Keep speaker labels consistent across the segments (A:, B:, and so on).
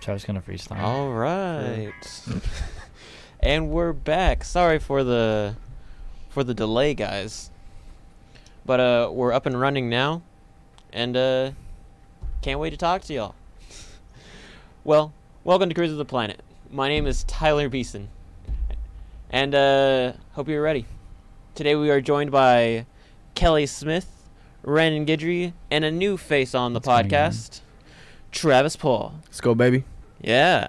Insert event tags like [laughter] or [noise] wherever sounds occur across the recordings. A: Char's gonna freestyle.
B: All right.
A: [laughs]
B: [laughs] and we're back. Sorry for the for the delay, guys. But uh we're up and running now. And uh can't wait to talk to y'all. [laughs] Well, welcome to Cruise of the Planet. My name is Tyler Beeson. And uh hope you're ready. Today we are joined by Kelly Smith, Ren Guidry, and a new face on the
A: going on?
B: podcast, Travis Paul.
C: Let's go, baby.
B: Yeah.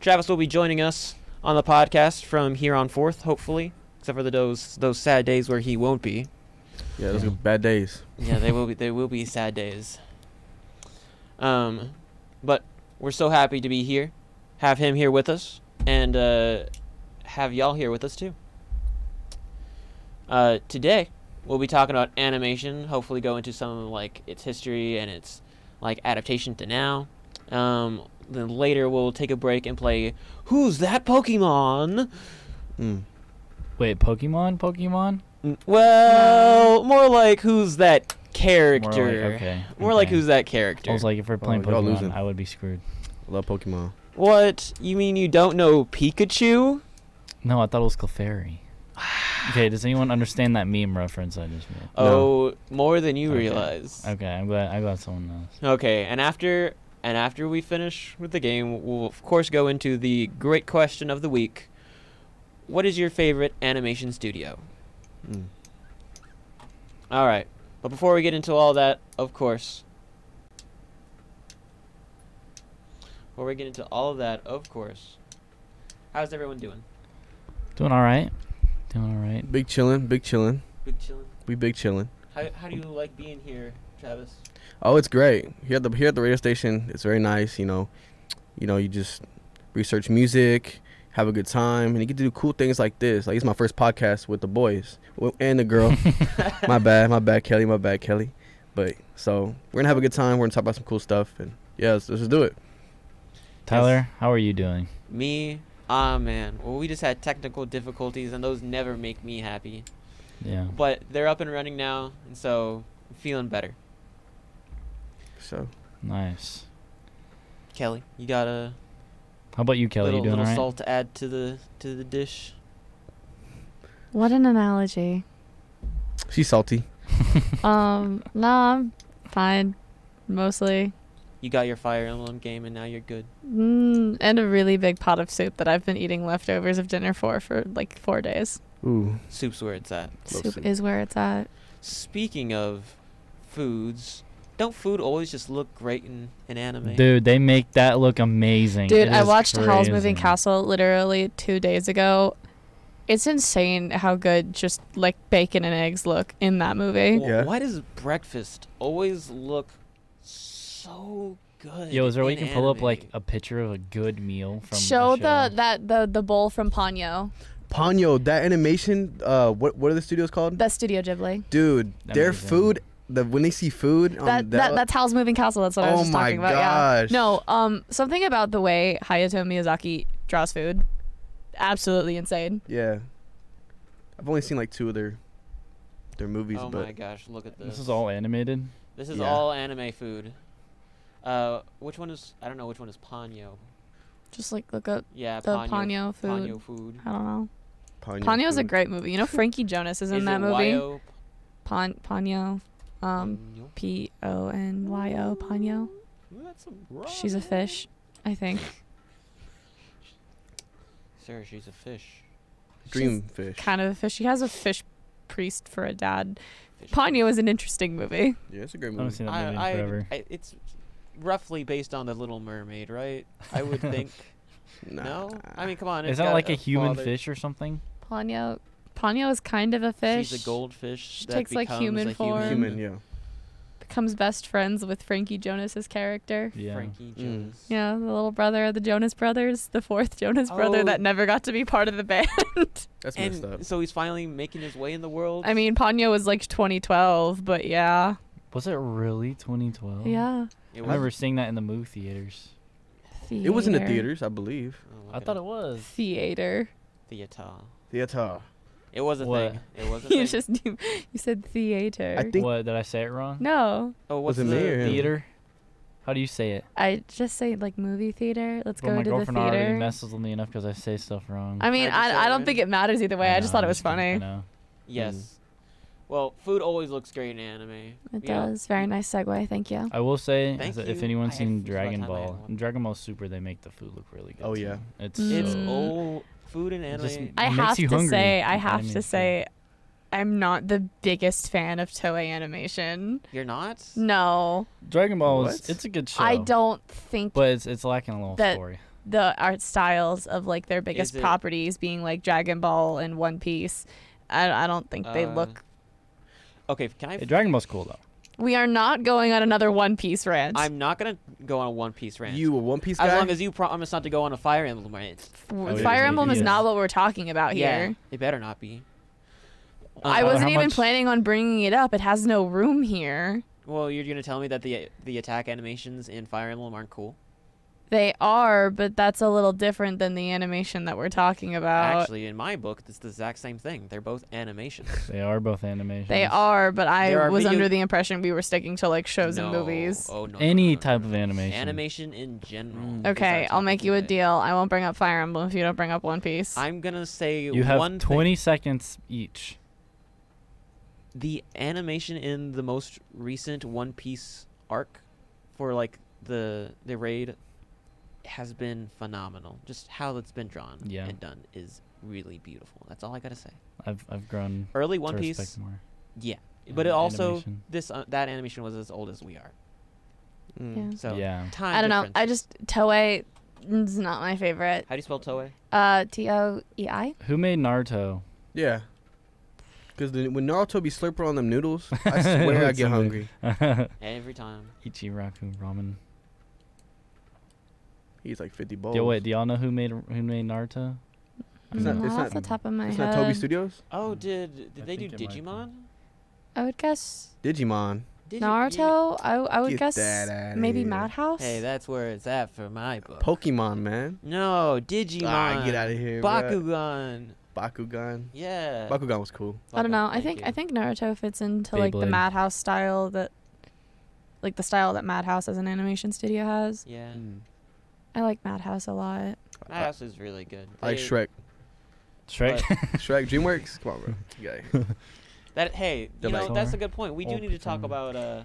B: Travis will be joining us on the podcast from here on forth, hopefully, except for the those those sad days where he won't be.
C: Yeah, those are bad days.
B: Yeah, they will be. They will be sad days. Um, but we're so happy to be here, have him here with us, and uh, have y'all here with us too. Uh, today we'll be talking about animation. Hopefully, go into some like its history and its like adaptation to now. Um, then later we'll take a break and play Who's That Pokemon?
C: Mm.
A: Wait, Pokemon, Pokemon.
B: N- Mm, Well, more like Who's That Character.
A: More like, okay.
B: More like
A: okay.
B: who's that character?
A: I was like, if we're playing
C: Oh, y'all
A: Pokemon,
C: losing.
A: I would be screwed.
C: Love Pokemon.
B: What? You mean you don't know Pikachu?
A: No, I thought it was
B: [sighs]
A: Clefairy. okay, does anyone understand that meme reference I just made?
B: Oh, more than you
A: Okay.
B: realize.
A: Okay, I'm glad. I'm glad someone knows.
B: Okay, and after and after we finish with the game, we'll of course go into the great question of the week. What is your favorite animation studio?
C: Mm.
B: All right. But before we get into all that, of course. Before we get into all of that, of course. How's everyone doing?
A: Doing all right. Doing all right.
C: Big chillin', big chillin'.
B: Big chilling.
C: We big chillin'.
B: How how do you like being here, Travis?
C: Oh, it's great. Here at the here at the radio station, it's very nice. You know, you know, you just research music, have a good time, and you get to do cool things like this. Like it's my first podcast with the boys w- and
B: [laughs]
C: the [laughs] girl. my bad, my bad, Kelly. My bad, Kelly. But so we're gonna have a good time. We're gonna talk about some cool stuff, and yeah, let's, let's just do it.
A: [laughs] Tyler, how are you doing?
B: Me? Ah, man. Well, we just had technical difficulties, and those never make me happy.
A: Yeah.
B: But they're up and running now, and so I'm feeling better.
C: So
A: Nice.
B: Kelly, you got a
A: How about you, Kelly?
B: little,
A: you doing
B: little
A: all right?
B: salt to add to the to the dish?
D: What an analogy.
C: she's salty.
A: [laughs]
D: Um, no, I'm fine, mostly.
B: You got your Fire Emblem game, and now you're good.
D: Mm, and a really big pot of soup that I've been eating leftovers of dinner for for like four days.
C: Ooh,
B: Soup's where it's at.
C: Love
D: soup
C: soup.
D: is where it's at.
B: Speaking of foods, don't food always just look great in in anime?
A: Dude, they make that look amazing.
D: Dude,
A: It
D: I
A: is
D: watched Howl's Moving
A: crazy.
D: Castle literally two days ago. It's insane how good just like bacon and eggs look in that movie.
B: Wh-
C: Yeah.
B: Why does breakfast always look so good?
A: Yo, is there a way you
B: in
A: can pull up like
B: anime?
A: a picture of a good meal from?
D: show
A: the,
D: the that the the bowl from Ponyo,
C: Ponyo, that animation. Uh, what what are the studios called?
D: the Studio Ghibli.
C: Dude, their
A: Amazing.
C: food, the when they see food, on
D: That, that that's Howl's Moving Castle. That's what I
C: Um, Oh
D: was just
C: my
D: talking about.
C: gosh.
D: Yeah. No, um, something about the way Hayato Miyazaki draws food, absolutely insane.
C: yeah. I've only seen like two of their their movies,
B: Oh
C: but
B: my gosh, look at this.
A: This is all animated.
B: This is
C: Yeah.
B: all anime food. Uh, which one is? I don't know which one is Ponyo.
D: Just like look up
B: Yeah,
D: the
B: Ponyo.
D: Ponyo, food.
B: Ponyo food.
D: I don't know.
C: Ponyo
D: Ponyo's a
C: food.
D: great movie. You know Frankie Jonas is in
B: Is
D: that
B: it
D: movie.
B: Wayo?
D: Pon Ponyo. Um
B: Ponyo?
D: P O N Y O Ponyo.
B: Ooh, that's some raw
D: She's a
B: meat.
D: fish,
B: [laughs]
D: I think.
B: Sir, she's a fish.
C: dream fish.
D: Kind of a fish. She has a fish priest for a dad.
B: Fish.
D: Ponyo is an interesting movie.
C: Yeah, it's a great
A: I
C: movie.
A: haven't seen that movie in
B: I, I,
A: forever.
B: I, it's roughly based on the Little Mermaid, right? I
C: [laughs]
B: would think.
C: Nah.
B: no, I mean, come on.
A: Is
B: it's
A: that
B: got
A: like a human
B: father-
A: fish or something?
D: Ponyo Ponyo is kind of a fish.
B: She's a goldfish.
D: She
B: that
D: takes, like,
B: becomes
D: human
B: a
D: form.
C: human, yeah.
D: Becomes best friends with Frankie Jonas's character.
A: Yeah.
B: Frankie
C: Mm.
B: Jones.
D: Yeah, the little brother of the Jonas brothers, the fourth [laughs] Jonas brother
B: Oh.
D: that never got to be part of the band.
C: That's messed up.
B: And so he's finally making his way in the world.
D: I mean, Ponyo was like 2012, but yeah.
A: Was it really
C: Oh.
A: 2012?
D: Yeah.
B: It
A: I
B: was-
A: remember seeing that in the movie theaters.
C: It was in the theaters, I believe.
B: Oh, look
A: I
B: at
A: thought
B: him.
A: it was.
D: Theater.
B: theater.
C: Theater.
B: It was a
A: What?
B: thing. It
C: [laughs]
D: [laughs]
B: was a thing.
D: You just knew, you said theater.
C: I think
A: What did I say it wrong?
D: No.
B: oh, what's
C: Was it
B: the
C: me or him?
A: Theater. How do you say it?
D: I just say like movie theater. Let's
A: Well,
D: go
A: my
D: to the
A: girlfriend already
D: theater.
A: messes with me enough because I say stuff wrong.
D: I
B: I
D: mean,
B: just
D: I, I
B: said
D: don't
B: it.
D: think it matters either way. I, just
A: know,
D: thought it was
A: I
D: funny.
A: know.
B: Yes. Well, food always looks great in anime.
D: It
B: You know,
D: does. Very nice segue. Thank you.
A: I will say
B: Thank
A: that if
B: you. I
A: anyone's
B: had
A: seen
B: food the last
A: Dragon
B: time I had
A: Ball,
B: one.
A: in Dragon Ball Super, they make the food look really good.
C: Oh,
A: too.
C: yeah.
A: it's
B: It's
A: so,
D: Mm.
B: all food in
A: It
B: anime.
A: just
D: I
A: makes
D: have to
A: you hungry.
D: say, I
A: Like
D: have
A: anime
D: to
A: food.
D: say, I'm not the biggest fan of Toei Animation.
B: You're not?
D: Mm. No,
A: Dragon Ball is
C: What?
A: it's a good show.
D: I don't think
A: but it's it's lacking a little
D: That-
A: story.
D: the art styles of like their biggest
B: it-
D: properties being like Dragon Ball and One Piece. I, I don't think they
B: Uh,
D: look.
B: Okay, can I?
A: Hey, Dragon Ball's cool though.
D: We are not going on another One Piece rant.
B: I'm not gonna go on a One Piece rant.
C: You a One Piece guy?
B: as long as you promise not to go on a Fire Emblem rant.
A: Oh, yeah,
D: Fire
A: he-
D: Emblem
A: he
D: is
A: is.
D: not what we're talking about
B: Yeah,
D: here.
B: it better not be.
A: how-
D: I
B: Uh,
D: wasn't
A: how
D: even
A: much-
D: planning on bringing it up. It has no room here.
B: Well, you're gonna tell me that the the attack animations in Fire Emblem aren't cool.
D: They are, but that's a little different than the animation that we're talking about.
B: Actually, in my book, it's the exact same thing. They're both animations.
A: They are both animations.
D: They are, but I
B: There are
D: was
B: video-
D: under the impression we were sticking to like shows and
B: No.
D: movies.
B: Oh no. no, no,
A: any
B: no,
A: type
B: no.
A: of animation.
B: Animation in general.
A: Mm.
B: is our
D: Okay, I'll
B: topic
D: make you a
B: today.
D: deal. I won't bring up Fire Emblem if you don't bring up One Piece.
B: I'm gonna say
A: You have
B: one thing.
A: 20 seconds each.
B: the animation in the most recent One Piece arc for like the the raid has been phenomenal. Just how it's been drawn
A: Yeah.
B: and done is really beautiful. That's all I gotta say.
A: I've I've grown
B: Early One
A: to
B: Piece,
A: respect more.
B: yeah, but
A: an-
B: it also
A: animation.
B: this uh, that animation was as old as we are.
C: Mm.
D: Yeah.
B: So
A: Yeah.
B: time.
D: I don't know.
B: difference.
D: I just Toei is not my favorite.
B: how do you spell Toei?
D: Uh, T O E I.
A: Who made Naruto? [laughs]
C: Yeah. Because when Naruto be slurping on them
A: [laughs]
C: noodles, I swear I
A: It's
C: get
A: amazing.
C: hungry.
B: Every time.
A: Ichiraku ramen.
C: He's like 50 bowls.
A: Yo, wait, do y'all know who made who made Naruto?
C: It's not-
D: Not
C: it's
D: off
C: not-
D: the top of my
C: It's
D: head.
C: not Toby Studios?
B: Oh,
A: Mm.
B: did did
A: I
B: they do
A: think it might
B: Digimon?
D: I would guess
C: Digimon.
B: Digi-
D: Naruto. I, I would
C: Get
D: guess
C: that outta
D: maybe
C: here.
D: Madhouse.
B: Hey, that's where it's at for my book.
C: Pokemon, man.
B: no, Uh, Digimon.
C: Ah, get out of here. bruh.
B: Bakugan.
C: Bakugan.
B: Yeah.
C: Bakugan was cool.
D: I don't
B: Bakugan,
D: know. I
B: thank
D: think
B: you.
D: I think Naruto fits into like the
A: Beyblade.
D: Madhouse style that, like the style that Madhouse as an animation studio has.
B: Yeah.
C: Mm.
A: Mm.
D: I like Madhouse a lot.
B: That house is really good.
C: I like
B: They-
C: Shrek. [laughs]
A: [laughs] Shrek.
C: Shrek DreamWorks. Come on, bro. Yeah.
D: [laughs]
B: That hey, you
C: They're
B: know
A: like-
B: that's a good point. We do
A: Old
B: need to talk
A: Pokemon.
B: about uh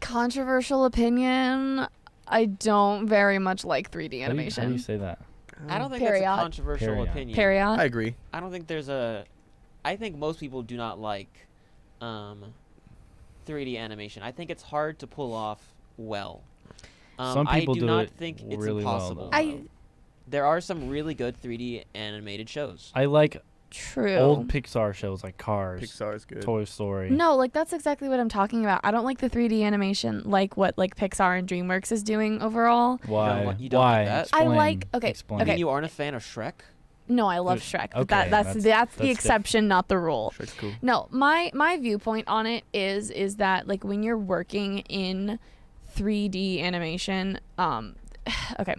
D: Controversial opinion. I don't very much like 3D
A: How do, you, how do you
D: animation.
A: say that?
B: I don't think
D: Mm. Period.
B: that's a controversial
A: Period.
B: opinion.
C: I
D: Period.
A: [laughs]
C: agree.
B: I don't think there's a I think most people do not like um 3D animation. I think it's hard to pull off well. Um,
A: Some people
B: I do,
A: do
B: not
A: it
B: think it's
A: really well,
B: impossible.
A: though.
D: I
B: there are some really good 3D animated shows.
A: I like
D: true.
A: old Pixar shows like Cars,
C: Pixar is good.
A: Toy Story.
D: No, like that's exactly what I'm talking about. I don't like the 3D animation like what like Pixar and DreamWorks is doing overall.
A: Why?
B: You don't li- you don't like
A: Why?
B: that?
D: I
A: Explain.
D: like- okay,
A: Explain.
B: I mean,
D: okay.
B: you aren't a fan of Shrek?
D: No, I love
A: There's-
D: Shrek. but that,
A: okay,
D: that's
A: that's-
D: that's, the
A: that's
D: exception, not the rule.
C: Shrek's cool.
D: No, my my viewpoint on it is is that like when you're working in 3D animation, um [sighs] okay.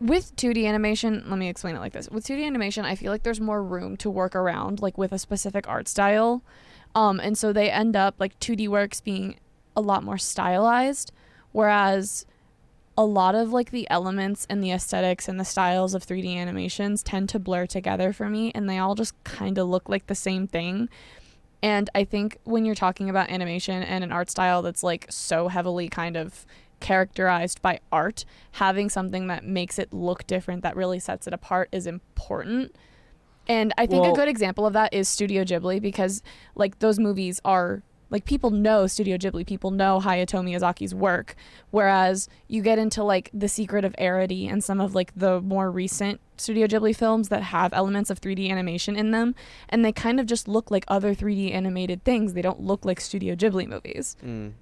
D: With 2D animation, let me explain it like this. With 2D animation, I feel like there's more room to work around like with a specific art style. Um and so they end up like 2D works being a lot more stylized whereas a lot of like the elements and the aesthetics and the styles of 3D animations tend to blur together for me and they all just kind of look like the same thing. And I think when you're talking about animation and an art style that's like so heavily kind of characterized by art, having something that makes it look different that really sets it apart is important. And I think
A: Well-
D: a good example of that is Studio Ghibli because like those movies are like people know Studio Ghibli, people know Hayato Miyazaki's work, whereas you get into like The Secret of Arity and some of like the more recent Studio Ghibli films that have elements of 3D animation in them, and they kind of just look like other 3D animated things. They don't look like Studio Ghibli movies.
C: Mm.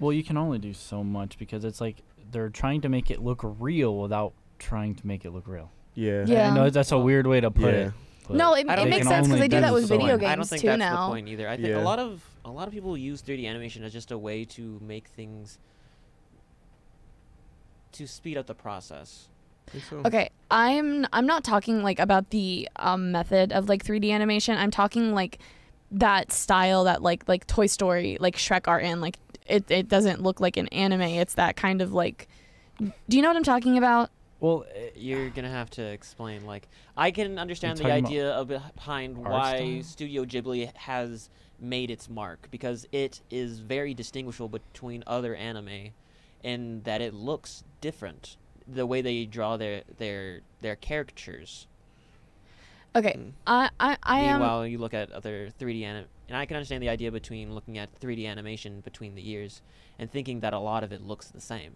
A: Well, you can only do so much because it's like they're trying to make it look real without trying to make it look real.
C: Yeah.
D: Yeah.
A: I know that's a weird way to put
C: Yeah.
A: it. but
D: No, it,
B: I don't
D: it
B: think
D: makes
B: it
D: sense because
A: only
D: they do
A: does
D: that with
A: so
D: video
A: much.
D: games
B: I don't think
D: too
B: that's
D: now.
B: the point either. I think
C: Yeah.
B: a lot of a lot of people use 3D animation as just a way to make things to speed up the process.
C: Think so?
D: Okay, I'm I'm not talking like about the um, method of like 3D animation. I'm talking like that style that like like Toy Story, like Shrek are in. Like it, it doesn't look like an anime. It's that kind of like Do you know what I'm talking about?
A: Well, eh,
B: Uh,
D: [sighs]
B: You're gonna have to explain. Like, I can understand the
A: talking about
B: idea of behind
A: art
B: why
A: style?
B: Studio Ghibli has made its mark because it is very distinguishable between other anime, in that it looks different. The way they draw their their their caricatures.
D: Okay,
B: Mm.
D: I I, I am
B: Meanwhile, you look at other 3D anim, and I can understand the idea between looking at 3D animation between the years and thinking that a lot of it looks the same.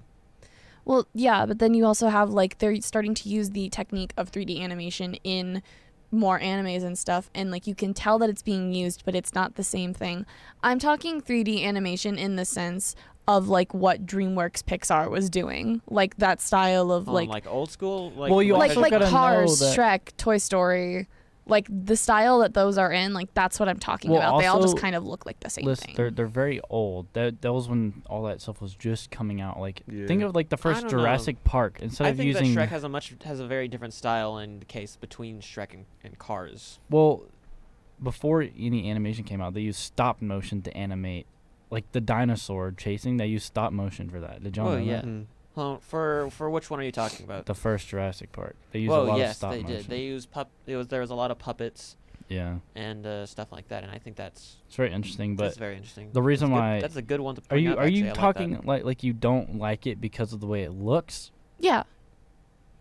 D: well, yeah, but then you also have like they're starting to use the technique of 3D animation in more animes and stuff, and like you can tell that it's being used, but it's not the same thing. I'm talking 3D animation in the sense of like what DreamWorks Pixar was doing, like that style of
B: Um,
D: like
B: like, old school. Like,
A: Well, Oh, you
B: what
D: like
A: also
B: type-
D: like
A: gotta know
D: Cars,
A: that-
D: Shrek, Toy Story, like the style that those are in, like that's what I'm talking
A: Well,
D: about. they all
A: also,
D: just kind of look like the same
A: listen,
D: thing.
A: they're they're very old. That that was when all that stuff was just coming out. Like,
C: Yeah.
A: think of like the first
B: don't know.
A: Jurassic Park. Instead
B: I
A: of
B: think
A: using
B: that Shrek has a much has a very different style and case between Shrek and, and Cars.
A: Well, before any animation came out, they used stop motion to animate, like the dinosaur chasing. They used stop motion for that. Did y'all
B: Oh,
A: know
B: yeah.
C: Hmm.
A: that?
B: Huh, for for which one are you talking about?
A: The first Jurassic Park, they used a
B: Well,
A: lot of
B: yes,
A: stop
B: they
A: motion.
B: did. They used pup. It was there was a lot of puppets
A: yeah,
B: and uh, stuff like that, and I think that's
A: it's very interesting. But
B: that's very interesting.
A: the reason
B: That's good-
A: why-
B: that's a good one to
A: are
B: point
A: you
B: out,
A: are you
B: actually, I like that.
A: talking like, like you don't like it because of the way it looks?
D: yeah.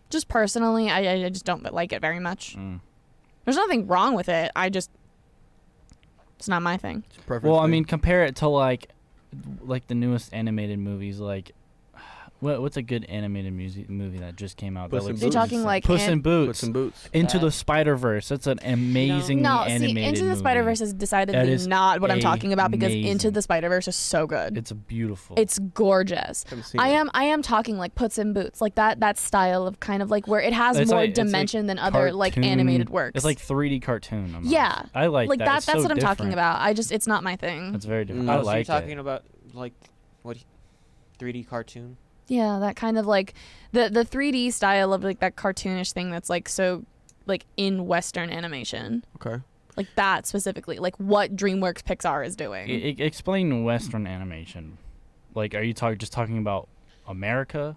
D: Just personally, I, I- I just don't like it very much.
A: Mm.
D: There's nothing wrong with it. I just it's not my thing.
C: It's a preference
A: Well, I
C: thing.
A: mean, compare it to like like the newest animated movies. Like, [sighs] what, what's a good animated music movie that just came out? that
C: Puss in
A: looks
D: You're
C: Boots.
D: talking like
A: Puss
D: an-
A: in
C: Put
A: Boots.
C: some boots.
A: Into the
B: That's-
A: Spider Verse. That's an amazingly
D: no,
A: animated
D: see, Into the
A: movie.
D: Spider Verse is decidedly
A: That is
D: not what I'm talking about because Into
A: amazing.
D: the Spider Verse is so good.
A: It's beautiful.
D: it's gorgeous.
C: Haven't seen
D: I
C: it.
D: am I am talking like puts in boots like that that style of kind of like where it has
A: It's
D: more
A: like- it's like
D: dimension than other like
A: cartoon-
D: animated works.
A: It's like 3D cartoon. almost.
D: Yeah,
A: I like,
D: like
A: that.
D: that,
A: It's
D: that's
A: so
D: what I'm talking
A: different.
D: about. I just it's not my thing.
A: It's very different.
C: Mm.
A: I
B: Oh, so
A: like
B: you're talking
A: it.
B: about like what 3D cartoon?
D: yeah, that kind of like the the 3D style of like that cartoonish thing that's like so like in western animation.
C: Okay.
D: Like that specifically, like what DreamWorks Pixar is doing.
A: E- e- explain Western animation. Like, are you talk- just talking about America?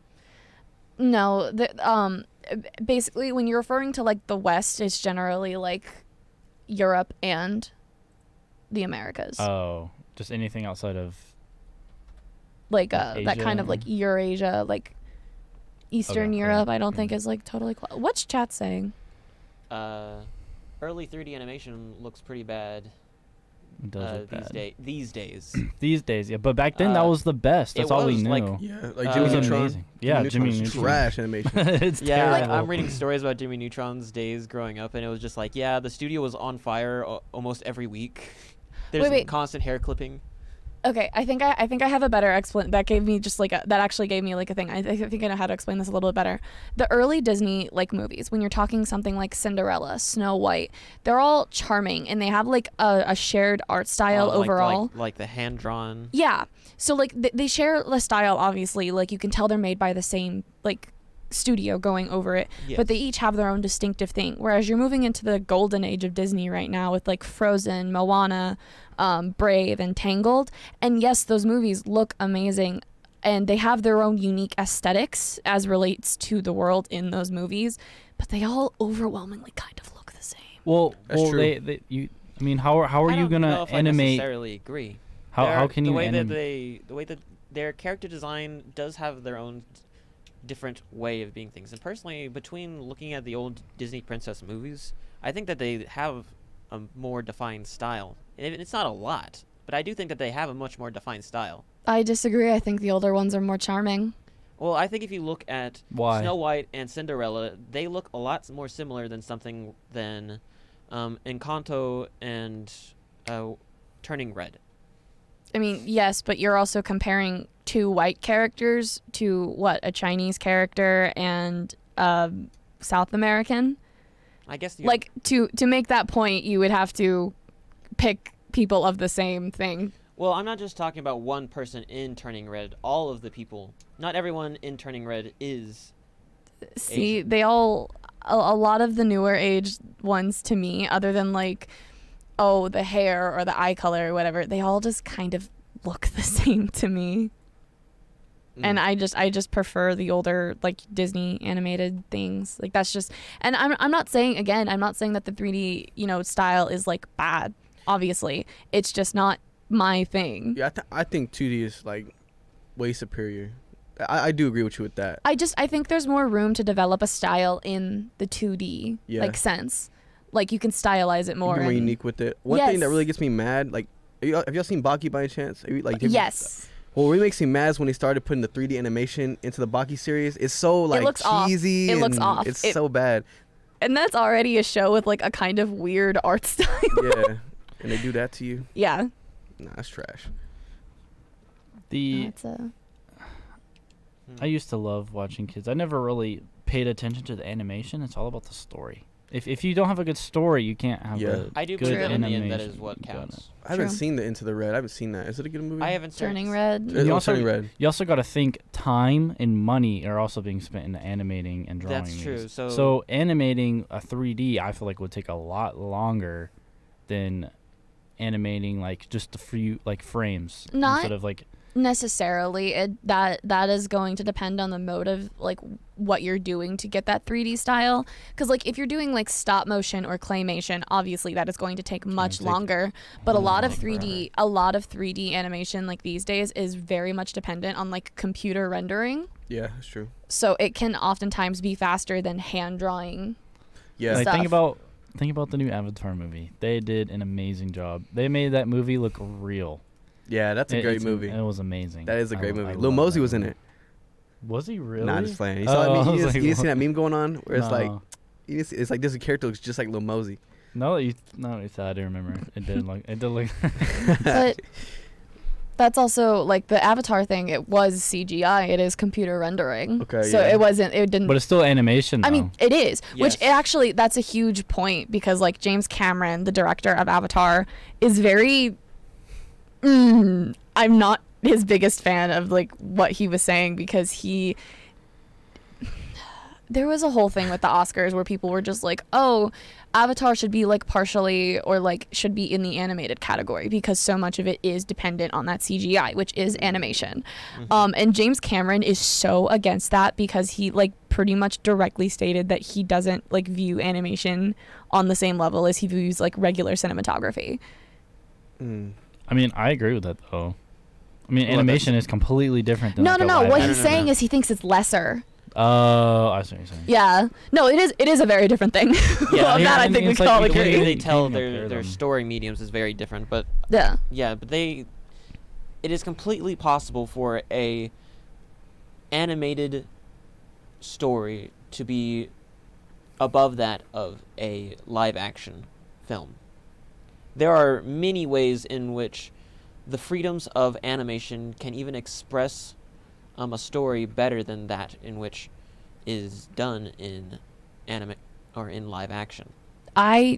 D: No, the, um, basically, when you're referring to like the West, it's generally like Europe and the Americas,
A: Oh, just anything outside of.
D: like uh, that kind
A: Asia.
D: of like Eurasia, like Eastern
A: Okay, Mm-hmm. yeah.
D: Europe. I don't think is like totally. Qual- What's chat saying?
B: Uh, early 3D animation looks pretty bad,
A: It does
B: uh,
A: look
B: these,
A: bad.
B: day-
A: [clears throat]
B: these days.
A: These days, yeah. But back then, that
B: Uh,
A: was the best.
B: it
A: That's all we
B: was,
A: knew.
B: like,
A: [laughs]
C: Yeah, like
B: Uh,
A: it
C: Jimmy
A: was
C: Neutron.
A: amazing. Yeah, Jimmy
C: Neutron's
A: Neutron. [laughs]
C: Trash animation.
A: it's
B: yeah,
A: terrible. [clears throat]
B: I'm reading stories about Jimmy Neutron's days growing up, and it was just like, yeah, the studio was on fire a- almost every week. There's
D: Wait, wait.
B: constant hair clipping.
D: Okay, I think I, I think I have a better explanation. That gave me just like a, that actually gave me like a thing. I, I think I know how to explain this a little bit better. The early Disney like movies, when you're talking something like Cinderella, Snow White, they're all charming and they have like a, a shared art style
B: uh, like-
D: overall.
B: like, like, the hand drawn.
D: Yeah. So like th- they share the style obviously. Like you can tell they're made by the same like studio going over it, but they each have their own distinctive thing. Whereas you're moving into the golden age of Disney right now with like Frozen, Moana, um, Brave, and Tangled. And yes, those movies look amazing. And they have their own unique aesthetics as relates to the world in those movies, but they all overwhelmingly kind of look the same.
A: Well,
C: That's
A: well,
C: true.
A: They, they, you. I mean, how are how are
B: I
A: you
B: don't know
A: gonna
B: if I
A: animate?
B: necessarily agree.
A: How
B: Their-
A: how can
B: the
A: you
B: way
A: animate?
B: that they the way that their character design does have their own different way of being things. And personally, between looking at the old Disney princess movies, I think that they have a more defined style. And it- it's not a lot, but I do think that they have a much more defined style.
D: I disagree. I think the older ones are more charming.
B: Well, I think if you look at
A: Why?
B: Snow White and Cinderella, they look a lot more similar than something than um, Encanto and uh, Turning Red.
D: I mean, yes, but you're also comparing two white characters to what a Chinese character and um, South American.
B: I guess you're-
D: Like to to make that point, you would have to pick people of the same thing.
B: Well, I'm not just talking about one person in Turning Red. All of the people. Not everyone in Turning Red is.
D: See,
B: Asian.
D: they all a, a lot of the newer age ones to me, other than like oh the hair [laughs] or the eye color or whatever, they all just kind of look the same to me. and
B: Mm.
D: I just I just prefer the older like Disney animated things. Like that's just and I'm I'm not saying again, I'm not saying that the 3D, you know, style is like bad. Obviously, it's just not my thing.
C: Yeah, I, th- I think 2D is like way superior. I, I do agree with you with that.
D: I just I think there's more room to develop a style in the 2D
C: Yeah.
D: like sense. Like you can stylize it
C: You
D: more.
C: can be more
D: and-
C: unique with it. One thing that
D: Yes.
C: really gets me mad, like, have y'all, have y'all seen Baki by any chance? Have you, like, have you-
D: Yes.
C: What really makes me mad is when they started putting the 3D animation into the Baki series. It's so like
D: looks off.
C: cheesy.
D: It looks
C: and
D: off.
C: It's
D: It-
C: so bad.
D: And that's already a show with like a kind of weird art [laughs] style.
C: Yeah, and they do that to you.
D: yeah.
C: Nah, that's trash.
A: The
D: That's a
A: I used to love watching kids. I never really paid attention to the animation. It's all about the story. If if you don't have a good story, you can't have
C: Yeah.
A: a
B: I do
A: good
B: believe that in the
A: animation.
B: end that is what
A: Got it.
B: counts.
C: I haven't
D: True.
C: seen the Into the Red. I haven't seen that. Is it a good movie?
B: I haven't started
D: turning
B: to-
D: red.
C: It's
A: You
C: on
A: also-
C: Turning Red.
A: You also got to think time and money are also being spent in animating and drawing.
B: That's
A: these.
B: true. So,
A: So animating a 3D, I feel like would take a lot longer than animating like just a few like frames
D: Not-
A: instead of like
D: necessarily it that that is going to depend on the mode of like what you're doing to get that 3d style because like if you're doing like stop motion or claymation obviously that is going to take much
A: take
D: longer but a lot of
A: longer.
D: 3d a lot of 3d animation like these days is very much dependent on like computer rendering
C: Yeah, that's true.
D: so it can oftentimes be faster than hand drawing
C: Yeah,
A: like
D: stuff.
A: think about think about the new Avatar movie. They did an amazing job. They made that movie look real.
C: yeah, that's a
A: It-
C: great
A: it's-
C: movie.
A: It was amazing.
C: That is a
A: I
C: great
A: lo- I
C: movie. Lil
A: love
C: Mosey
A: that
C: was in
A: movie.
C: it.
A: Was he really?
C: Nah, just playing. You, saw that
A: Oh, [laughs] I
C: meme?
A: was
C: you, didn't,
A: like,
C: you didn't see
A: what?
C: that meme going on where it's like
A: No.
C: you didn't see, it's like this character looks just like Lil Mosey.
A: No, you no, you said I do remember. It did look. It did
D: [laughs]
A: look.
D: but that's also like the avatar thing it was cgi it is computer rendering
C: Okay,
D: so
C: yeah.
D: it wasn't it didn't
A: but it's still animation. Though.
D: I mean, it is, which
B: Yes.
D: it actually that's a huge point because like James Cameron, the director of Avatar, is very. Mm, I'm not his biggest fan of like what he was saying because he. There was a whole thing with the Oscars where people were just like, "Oh, Avatar should be like partially or like should be in the animated category because so much of it is dependent on that CGI, which is animation."
B: Mm-hmm.
D: Um, and James Cameron is so against that because he like pretty much directly stated that he doesn't like view animation on the same level as he views like regular cinematography.
C: Mm.
A: I mean, I agree with that though. I mean,
C: Well,
A: animation is completely different than
D: No,
A: like,
D: no,
A: a
D: no.
A: live
D: What
A: action.
D: he's
B: No, no,
D: saying
B: no.
D: is he thinks it's lesser.
A: Oh, I see what you're saying.
D: Yeah. No, it is. It is a very different thing. [laughs]
B: Yeah,
D: well,
B: I mean,
D: that I,
A: I mean,
D: think we
A: it's
D: can
A: like
D: all
A: you can
D: agree.
A: literally-
B: they tell
A: Can't compare
B: their their
A: them.
B: story mediums is very different, but
D: Yeah.
B: yeah, but they it is completely possible for a animated story to be above that of a live action film. There are many ways in which the freedoms of animation can even express um, a story better than that in which is done in anime or in live action.
D: I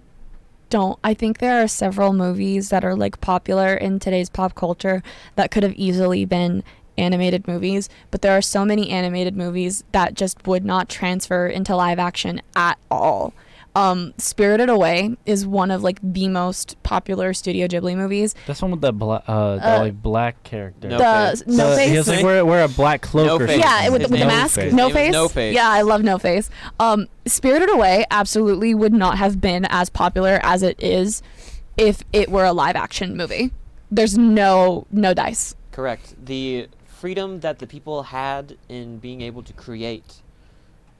D: don't. I think there are several movies that are like popular in today's pop culture that could have easily been animated movies, but there are so many animated movies that just would not transfer into live action at all. Um, Spirited Away is one of like the most popular Studio Ghibli movies.
A: That's one with that bla- uh, that
D: Uh,
A: like black character.
B: No
D: the
B: Face.
D: No
A: The-
D: Face.
A: He has like wear, wear a black cloak
B: No
A: or
B: Face.
A: something.
D: Yeah, with
B: His
D: the, with
B: name-
D: the mask.
B: his
D: No
B: name is
D: face.
B: No Face.
D: Yeah, I love no face. Um, Spirited Away absolutely would not have been as popular as it is if it were a live action movie. There's no no dice.
B: Correct. The freedom that the people had in being able to create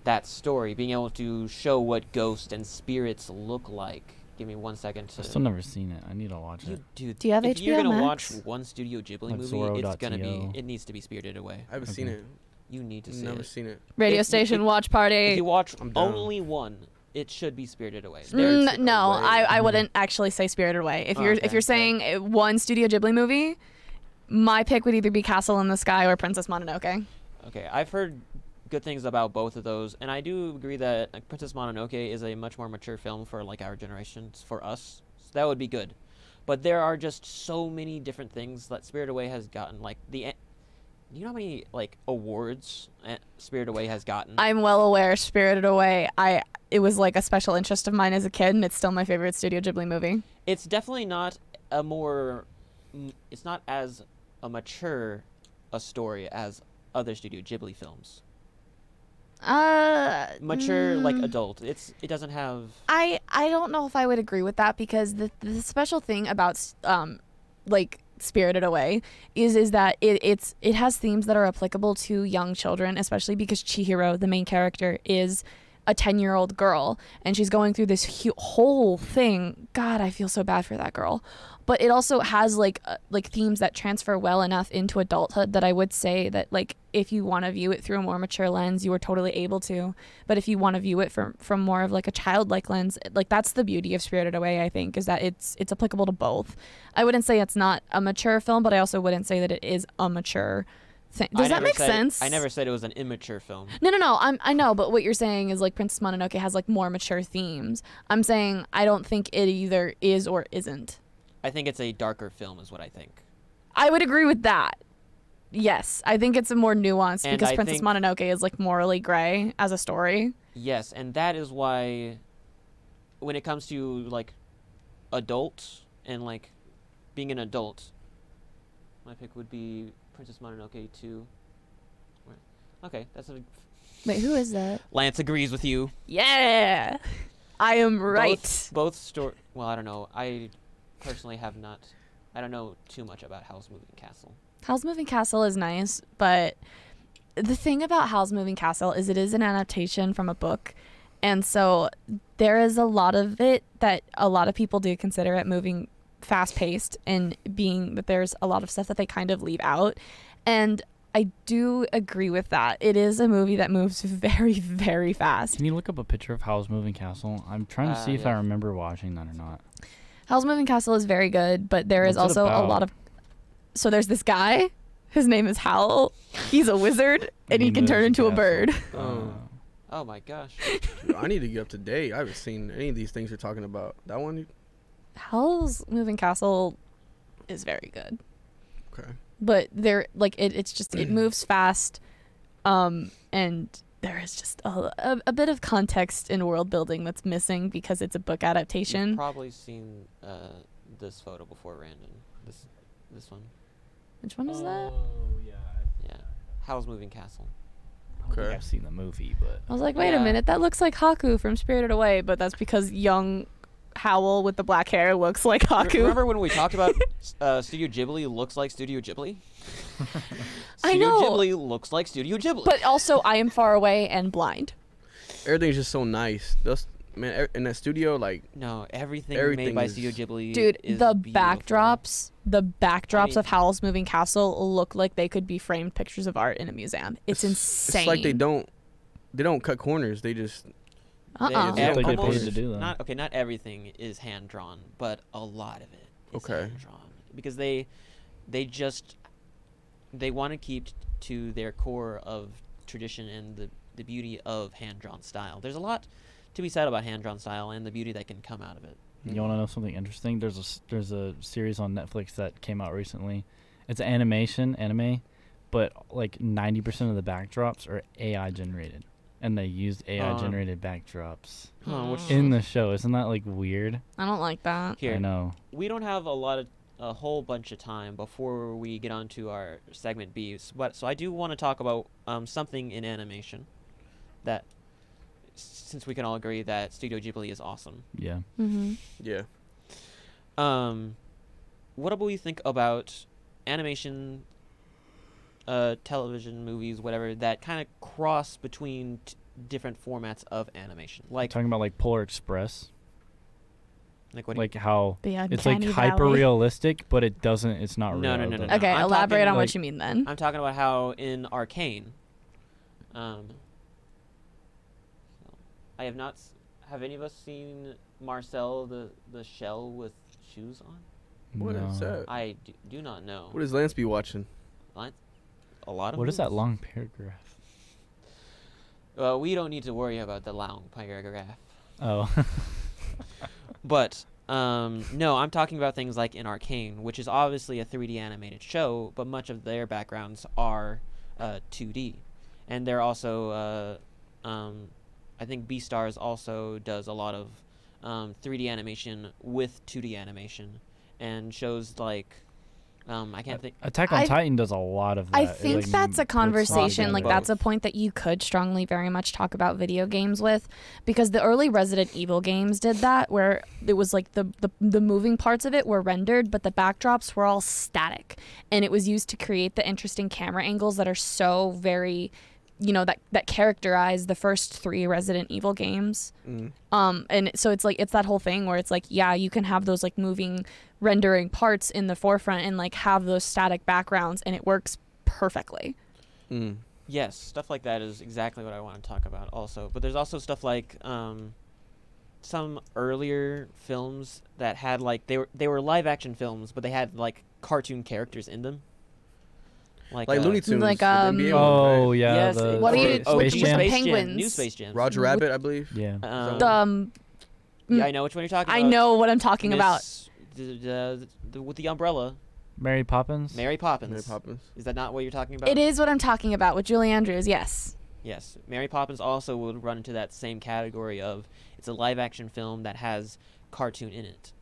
B: that story, being able to show what ghosts and spirits look like. Give me one second to.
A: I've still never seen it. I need to watch
B: you,
A: it.
B: dude,
D: Do you have
B: if you're
D: HBO
B: gonna
D: Max?
B: watch one Studio Ghibli
A: Like
B: movie,
A: Zorro.to.
B: it's gonna be. It needs to be Spirited Away.
C: I haven't seen
A: Okay.
C: it.
B: You need to see
C: Never
B: it.
C: seen it.
D: Radio
B: If you-
D: station
B: if-
D: watch
B: If
D: party.
B: you watch
C: I'm down.
B: only one, it should be Spirited Away.
C: Spirited
D: Mm, no,
C: Away.
D: I, I wouldn't actually say Spirited Away. If
B: Oh,
D: you're if
B: Mm-hmm. okay,
D: you're saying uh, one Studio Ghibli movie, my pick would either be Castle in the Sky or Princess Mononoke.
B: Okay, I've heard good things about both of those, and I do agree that like, Princess Mononoke is a much more mature film for like our generations, for us. So that would be good. But there are just so many different things that Spirit Away has gotten. Like the, a- you know how many like awards eh, Spirit Away has gotten.
D: I'm well aware Spirited Away. I it was like a special interest of mine as a kid, and it's still my favorite Studio Ghibli movie.
B: it's definitely not a more, mm, it's not as a mature a story as other Studio Ghibli films.
D: Uh,
B: Mature, like
D: mm,
B: adult. It's it doesn't have.
D: I I don't know if I would agree with that because the the special thing about s- um like Spirited Away is is that it it's it has themes that are applicable to young children, especially because Chihiro, the main character, is a 10-year-old girl and she's going through this hu- whole thing. God, I feel so bad for that girl. But it also has like uh, like themes that transfer well enough into adulthood that I would say that like if you want to view it through a more mature lens, you are totally able to but if you want to view it from from more of like a childlike lens like that's the beauty of spirited away i think is that it's it's applicable to both i wouldn't say it's not a mature film but i also wouldn't say that it is a mature thing
B: I
D: does that
B: never
D: make
B: said-
D: sense
B: I never said it was an immature film.
D: no no no I'm, i know but what you're saying is like princess mononoke has like more mature themes i'm saying i don't think it either is or isn't
B: I think it's a darker film, is what I think.
D: i would agree with that Yes, I think it's a more nuanced
B: And
D: because
B: I
D: Princess
B: think-
D: Mononoke is like morally gray as a story.
B: Yes, and that is why, when it comes to like, adults and like, being an adult, my pick would be Princess Mononoke two. Where- Okay, that's a
D: Wait, who is that?
B: Lance agrees with you.
D: Yeah. I am right.
B: Both, both story. Well, I don't know. I personally have not. I don't know too much about House Moving Castle.
D: Howl's Moving Castle is nice, but the thing about Howl's Moving Castle is it is an adaptation from a book. And so there is a lot of it that a lot of people do consider it moving fast paced and being that there's a lot of stuff that they kind of leave out. And I do agree with that. It is a movie that moves [laughs] very, very fast.
A: Can you look up a picture of Howl's Moving Castle? I'm trying to
B: Uh,
A: see if I
B: yeah.
A: remember watching that or not.
D: Howl's Moving Castle is very good, but there is
A: What's it
D: also a
A: about?
D: lot of. So there's this guy. His name is Howl. He's a wizard, and he
A: Name
D: can
A: of
D: turn
A: the
D: into a
A: castle.
D: bird.
A: Uh,
C: Oh.
B: Oh my gosh.
C: Dude, I need to get up to date. I haven't seen any of these things you're talking about. That one,
D: Howl's Moving Castle is very good,
C: okay.
D: but there, like it, it's
B: [clears throat]
D: just it moves fast, um, and there is just a, a, a bit of context in world building that's missing because it's a book
B: You've
D: adaptation.
B: probably seen uh, this photo before, Brandon. This this one.
D: Which one is that?
A: oh, yeah.
B: Yeah. Howl's Moving Castle.
A: I don't think
C: Okay.
A: I've seen the movie, but
D: I was like, wait a
B: Yeah.
D: minute, that looks like Haku from Spirited Away, but that's because young Howl with the black hair looks like
B: Re-
D: Haku.
B: Remember when we talked
D: [laughs]
B: about uh, Studio Ghibli looks like Studio Ghibli? [laughs]
D: I
B: Studio
D: know.
B: Ghibli looks like Studio Ghibli.
D: but also, I am far away and blind.
C: Everything's just so nice. That's man e- in that studio, like
B: no, everything, made
C: Everything
B: by
C: is-
B: Studio Ghibli.
D: Dude,
B: is
D: the
B: beautiful.
D: backdrops, the backdrops
B: mean-
D: of Howl's Moving Castle look like they could be framed pictures of art in a museum. It's, insane.
C: It's like they don't, they don't cut corners. They just
D: Uh-uh.
A: Yeah,
B: Ev-
A: they get paid
B: almost-
A: to do that.
B: Not okay. Not everything is hand drawn, but a lot of it. Is
C: Okay.
B: Hand drawn because they, they just, they want to keep t- to their core of tradition and the the beauty of hand drawn style. There's a lot to be said about hand drawn style and the beauty that can come out of it.
A: You want to know something interesting? There's a s- there's a series on Netflix that came out recently. It's animation, anime, but like 90% of the backdrops are AI generated, and they used AI
B: Uh.
A: generated backdrops
B: Huh, which-
A: in the show. Isn't that like weird?
D: I don't like that.
B: Here,
A: I know.
B: we don't have a lot of a whole bunch of time before we get on to our segment B. So, but, so I do want to talk about um, something in animation that, s- since we can all agree that Studio Ghibli is awesome.
A: Yeah.
D: Mm-hmm.
C: yeah.
B: Um, what do we think about animation, uh, television, movies, whatever that kind of cross between t- different formats of animation? Like,
A: Talking about like Polar Express,
B: like what? do you-
A: like how
D: The
A: it's like hyper realistic, but it doesn't. It's not
B: No,
A: real.
B: no, no,
A: It
B: no, no.
A: doesn't-
D: Okay,
B: I'm
D: elaborate
B: talking
D: on
A: like-
D: what you mean then.
B: I'm talking about how in Arcane, um, I have not. s- Have any of us seen Marcel the the shell with shoes on?
C: What is
A: No.
C: that?
B: I do, do not know.
C: What does Lance be watching?
B: Lon- a lot of
A: What is that
B: movies.
A: long paragraph?
B: Well, we don't need to worry about the long paragraph.
A: Oh, [laughs]
B: But um, no, I'm talking about things like in Arcane, which is obviously a 3D animated show, but much of their backgrounds are uh, 2D, and they're also, uh, um, I think BeStars also does a lot of um, 3D animation with 2D animation, and shows like Um, I can't think.
A: Attack on
D: I-
A: Titan does a lot of that.
D: I
A: It,
D: think
A: like,
D: that's
A: m-
D: a
A: puts lot of
D: conversation.
A: that
D: Like
A: in.
D: that's a point that you could strongly very much talk about video games with, because the early Resident Evil games did that, where it was like the the, the moving parts of it were rendered, but the backdrops were all static, and it was used to create the interesting camera angles that are so very, you know, that that characterize the first three Resident Evil games.
C: Mm.
D: Um, and so it's like it's that whole thing where it's like, yeah, you can have those like moving rendering parts in the forefront and like have those static backgrounds and it works perfectly.
C: Mm.
B: Yes, stuff like that is exactly what I want to talk about also. But there's also stuff like um, some earlier films that had like they were they were live action films, but they had like cartoon characters in them. Like,
C: Like
B: uh,
C: Looney Tunes.
D: Like,
C: the
D: um,
C: NBA one,
A: Oh
C: right?
A: yeah.
B: yes,
A: the,
D: What
B: or
D: do you-
B: OG
A: Space
D: with
A: Jam?
B: Space
D: penguins?
B: New Space Jam.
C: Roger Rabbit, I believe.
A: Yeah.
B: Um,
D: The, um,
B: yeah, I know which one you're talking
D: I
B: about.
D: know what I'm talking about.
B: Miss- The, the, the, with the umbrella,
A: Mary Poppins.
B: Mary Poppins.
C: Mary Poppins.
B: Is that not what you're talking about?
D: It is what I'm talking about with Julie Andrews. Yes.
B: Yes, Mary Poppins also would run into that same category of it's a live action film that has cartoon in it,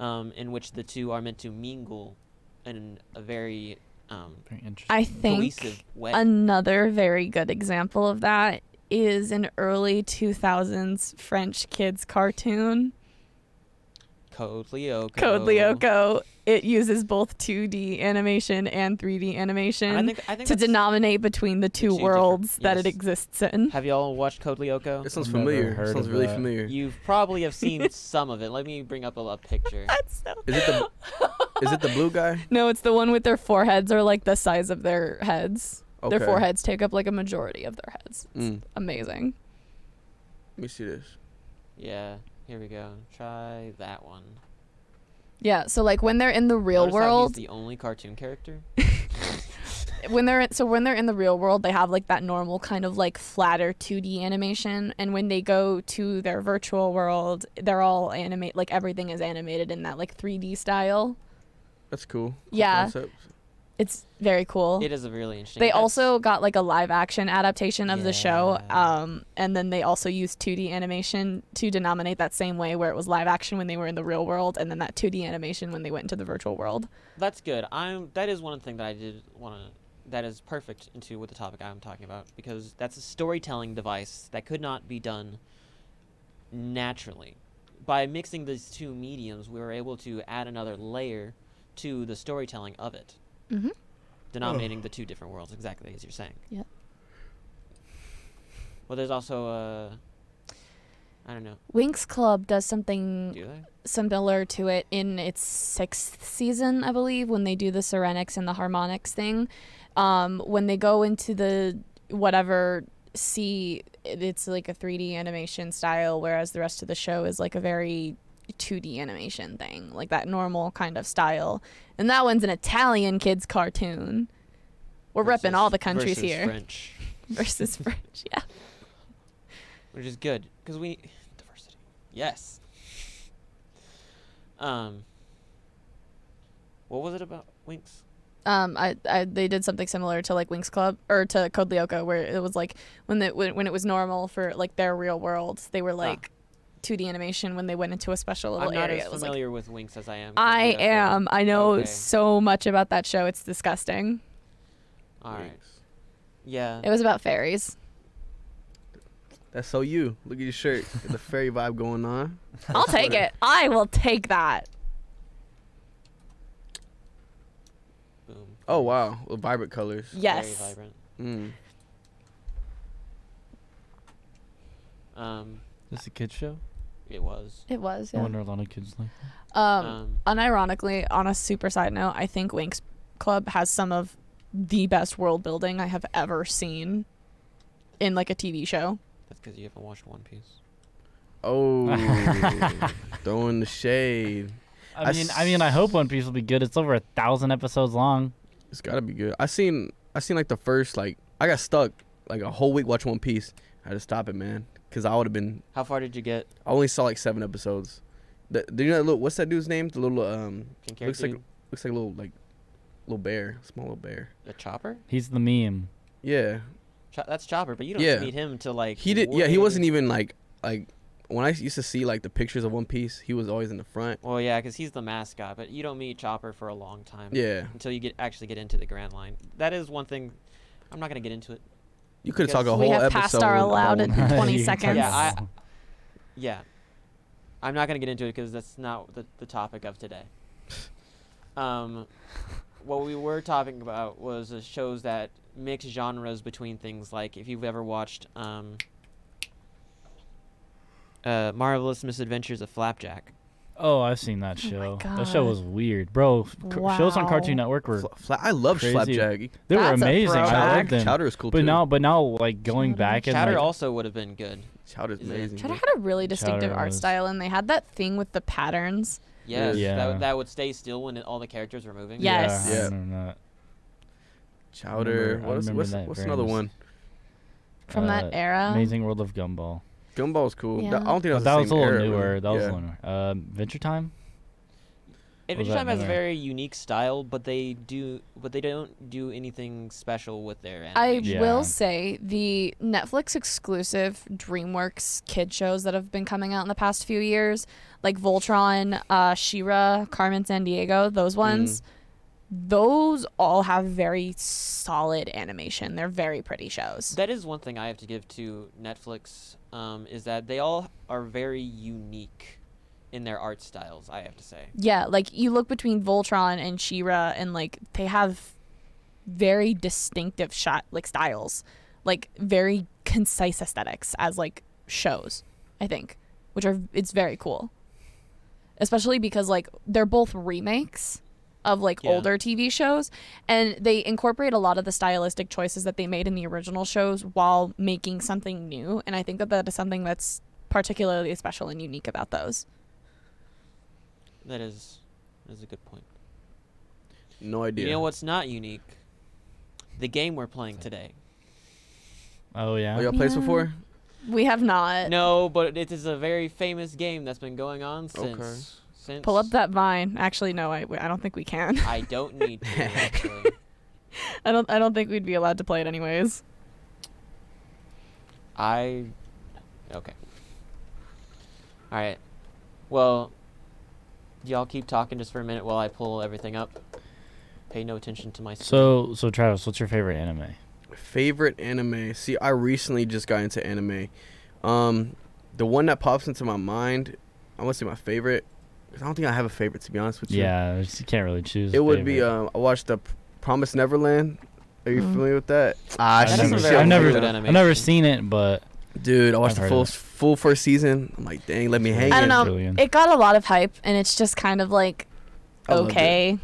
B: um, in which the two are meant to mingle in a very um,
A: Very interesting.
D: I think
B: cohesive way.
D: another very good example of that is an early 2000s French kids cartoon,
B: Code Lyoko.
D: Code Lyoko. It uses both 2D animation and 3D animation.
B: And I think I think
D: to
B: that's-
D: denominate between the two
B: two different-
D: worlds that it
B: yes.
D: exists
B: [laughs]
D: in.
B: Have y'all watched Code Lyoko?
C: It sounds
A: I've never
C: familiar. It
A: heard
C: sounds
A: of
C: really
A: that.
D: [laughs]
C: familiar.
B: You probably have seen some of it. Let me bring up a, a picture.
D: That's so.
C: Is it the is it the blue guy?
D: No, it's the one with their foreheads are like the size of their heads.
C: Okay.
D: [laughs] Their foreheads take up like a majority of their heads. It's
C: Mm.
D: amazing.
C: Let me see this.
B: Yeah, here we go. Try that one.
D: Yeah, so like when they're in the real
B: Notice how he's
D: world,
B: the only cartoon character.
D: when they're in, so when they're in the real world, they have like that normal kind of like flatter 2D animation, and when they go to their virtual world, they're all animate like everything is animated in that like 3D style.
C: That's cool. Cool
D: Yeah.
C: concept.
D: It's very cool.
B: It is a really interesting.
D: They
B: that's-
D: also got like a live action adaptation of the show,
B: Yeah.
D: um, and then they also used 2D animation to denominate that same way, where it was live action when they were in the real world, and then that 2D animation when they went into the virtual world.
B: That's good. I'm. That is one thing that I did want to. That is perfect into with the topic I'm talking about because that's a storytelling device that could not be done naturally. By mixing these two mediums, we were able to add another layer to the storytelling of it,
D: Mm-hmm.
B: denominating the two different worlds exactly as you're saying.
D: Yep.
B: Well, there's also uh, I don't know.
D: Winx Club does something
B: Do they?
D: similar to it in its sixth season, I believe, when they do the serenics and the harmonics thing. Um, when they go into the whatever sea, it- it's like a 3D animation style, whereas the rest of the show is like a very 2D animation thing, like that normal kind of style. And that one's an Italian kids cartoon. We're repping
B: Versus-
D: all the countries
B: versus
D: here
B: French,
D: [laughs] versus French. Yeah.
B: which is good because we [sighs] diversity. Yes. Um. What was it about Winx?
D: um, I, I they did something similar to like Winx Club or to Code Lyoko, where it was like when the when, when it was normal for like their real world, they were like 2D animation. When they went into a special little
B: I'm not
D: area,
B: as
D: it was like
B: familiar with Winx as I am. with
D: I
B: Lyoko.
D: am. I know
B: Okay.
D: so much about that show. It's disgusting.
B: All right.
C: Thanks.
B: Yeah.
D: It was
B: [laughs]
D: about fairies.
C: That's so you. Look at your shirt. Got the fairy vibe going on.
D: I'll take it. I will take that.
B: Boom.
C: Oh wow, with vibrant colors.
B: Very
D: Yes.
B: vibrant.
C: Mm.
B: Um.
A: This is a kids show.
B: It was.
D: It was.
A: I
D: Yeah.
A: wonder a lot of kids like.
D: Um,
B: Um,
D: unironically, on a super side note, I think Winx Club has some of the best world building I have ever seen in like a TV show.
B: That's because you haven't watched One Piece. [laughs]
C: Oh, throwing the shade.
A: I
C: I
A: mean, I mean, I hope One Piece will be good. It's over a thousand episodes long.
C: It's gotta be good. I seen I seen like the first like I got stuck like a whole week watching One Piece. I had to stop it, man, because I would have been.
B: How far did you get?
C: I only saw like seven episodes. The, do you know that little, what's that dude's name? The little um
B: Pink hair
C: looks like
B: dude?
C: looks like a little like little bear, small little bear.
B: a chopper.
A: He's the meme.
C: Yeah,
B: Cho- that's Chopper, but you don't
C: Yeah.
B: meet him until like.
C: he did. Yeah, he
B: way-
C: wasn't even like like when I used to see like the pictures of One Piece, he was always in the front.
B: Well, yeah, because he's the mascot, but you don't meet Chopper for a long time.
C: Yeah,
B: Until you get actually get into the Grand Line. That is one thing. I'm not gonna get into it.
C: you could talk a
B: Because
C: whole
D: we have
C: episode.
D: passed our
C: about
A: [laughs]
D: allowed
C: One
D: [laughs] in
C: Piece.
D: 20
A: You can
D: seconds.
B: Yeah, I- Yeah, I'm not gonna get into it because that's not the the topic of today. um, what we were talking about was uh, shows that mix genres between things. Like if you've ever watched um, uh, Marvelous Misadventures of Flapjack.
A: Oh, I've seen that
D: Oh my
A: show. that show was weird, bro. f- c- Shows on Cartoon
D: Wow.
A: Network were
C: Fla- fla- I love
A: Crazy.
C: Flapjack.
A: they were
D: That's a
A: amazing. I
D: throwback.
A: loved them.
C: Chowder is cool
A: but
C: too.
A: now, but now, like going
D: Chowder.
A: back and
B: Chowder
A: like,
B: also would have been good.
C: Chowder's
B: Is it-
C: amazing.
D: Cheddar
C: dude.
D: had a really distinctive
A: Cheddar
D: art
A: Mm-hmm. was-
D: style, and they had that thing with the patterns.
B: Yes,
A: Yeah.
B: That, w- that would stay still when it, all the characters were moving.
D: Yeah. Yes.
A: Yeah, I
C: Yeah.
A: remember that.
C: Chowder.
A: remember- I
C: What is,
A: remember
C: what's
A: that
C: what's
A: very
C: another
A: much.
C: one?
D: From
A: Uh,
D: that era,
A: Amazing World of Gumball.
C: Gumball's cool.
D: Yeah.
C: That- I don't think that
A: But
C: was
A: that
C: the
A: was a
C: same
A: little
C: era, really.
A: newer. That was
C: Yeah.
A: a little newer. Um, Venture Time.
B: Adventure
A: that
B: Time has a
A: another?
B: very unique style, but they do, but they don't do anything special with their
D: I
B: animation.
A: Yeah.
D: will say the Netflix exclusive DreamWorks kid shows that have been coming out in the past few years, like Voltron, uh, Shira, Carmen San Diego, those
A: Mm.
D: ones, those all have very solid animation. They're very pretty shows.
B: That is one thing I have to give to Netflix, um, is that they all are very unique in their art styles. I have to say.
D: Yeah, like you look between Voltron and Shira, and like they have very distinctive shot like styles, like very concise aesthetics as like shows. I think, which are it's very cool, especially because like they're both remakes of like
B: Yeah.
D: older TV shows, and they incorporate a lot of the stylistic choices that they made in the original shows while making something new. And I think that that is something that's particularly special and unique about those.
B: That is, that is a good point.
C: No idea.
B: You know what's not unique? The game we're playing today.
A: Oh yeah.
C: Oh, y'all played this
D: Yeah.
C: before?
D: We have not.
B: No, but it is a very famous game that's been going on
C: Okay.
B: since. Since
D: Pull up that vine. Actually, no, I, I don't think we can.
B: I don't need to actually.
D: [laughs] I don't I don't think we'd be allowed to play it anyways.
B: I. Okay. All right. Well, y'all keep talking just for a minute while I pull everything up. Pay no attention to my. screen.
A: So, so Travis, what's your favorite anime?
C: Favorite anime. See, I recently just got into anime. Um, the one that pops into my mind, I want to say my favorite. 'cause I don't think I have a favorite to be honest with you.
A: Yeah, I just- you can't really choose.
C: It
A: a
C: would be.
A: favorite.
C: Um, I watched the P- Promised Neverland. Are you
D: Mm.
C: familiar with that? Ah,
A: I've
B: That
C: shoot,
B: doesn't
A: never,
C: shit,
B: very
A: I've
C: I'm
A: never,
C: thinking
B: good
C: of-
A: I've never
B: animation.
A: seen it, but
C: Dude, I watched
A: I've
C: the
A: heard
C: full
A: of it.
C: full first season. I'm like, dang, let me hang.
D: I don't
C: it.
D: know.
A: Brilliant.
D: It got a lot of hype and it's just kind of like
C: I loved it.
D: okay.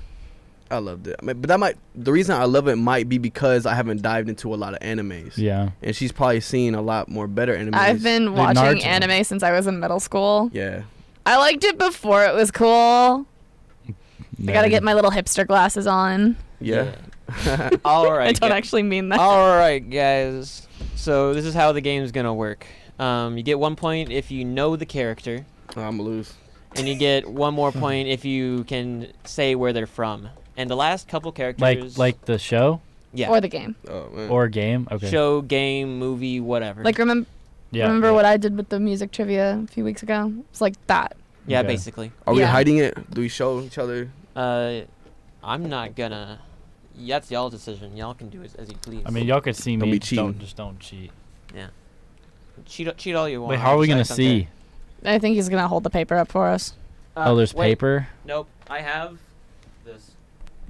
C: I loved it. I mean, but that might the reason I love it might be because I haven't dived into a lot of animes.
A: yeah.
C: And she's probably seen a lot more better animes.
D: I've been
A: Dude,
D: watching
A: Naruto.
D: anime since I was in middle school.
C: Yeah.
D: I liked it before it was cool. I got to get my little hipster glasses on.
C: Yeah. [laughs]
A: [laughs]
B: All right.
D: I don't
B: gu-
D: actually mean that.
C: Oh,
B: All right, guys. So this is how the game's gonna work. Um, you get one point if you know the character,
C: I'm gonna lose.
B: and you get
A: [laughs]
B: one more point if you can say where they're from. And the last couple characters,
A: like like the show
B: yeah,
D: Or the game.
C: Oh man.
A: or game. Okay.
B: show, game, movie, whatever.
D: Like remember
A: yeah.
D: remember what I did with the music trivia a few weeks ago? It's like that.
B: yeah,
A: Okay.
B: basically.
C: Are we
D: Yeah.
C: hiding it? Do we show each other?
B: Uh, I'm not gonna. That's y'all's decision. Y'all can do it as you please.
A: I mean, y'all could see
C: Don't
A: me.
C: be
A: Just don't
C: cheating.
A: just don't cheat.
B: cheat, cheat all you want.
A: Wait, how are we
B: Actually, I
A: gonna
B: don't care.
A: see?
D: I think he's going to hold the paper up for us.
B: Uh,
A: oh, there's
B: wait,
A: paper.
B: Nope, I have this.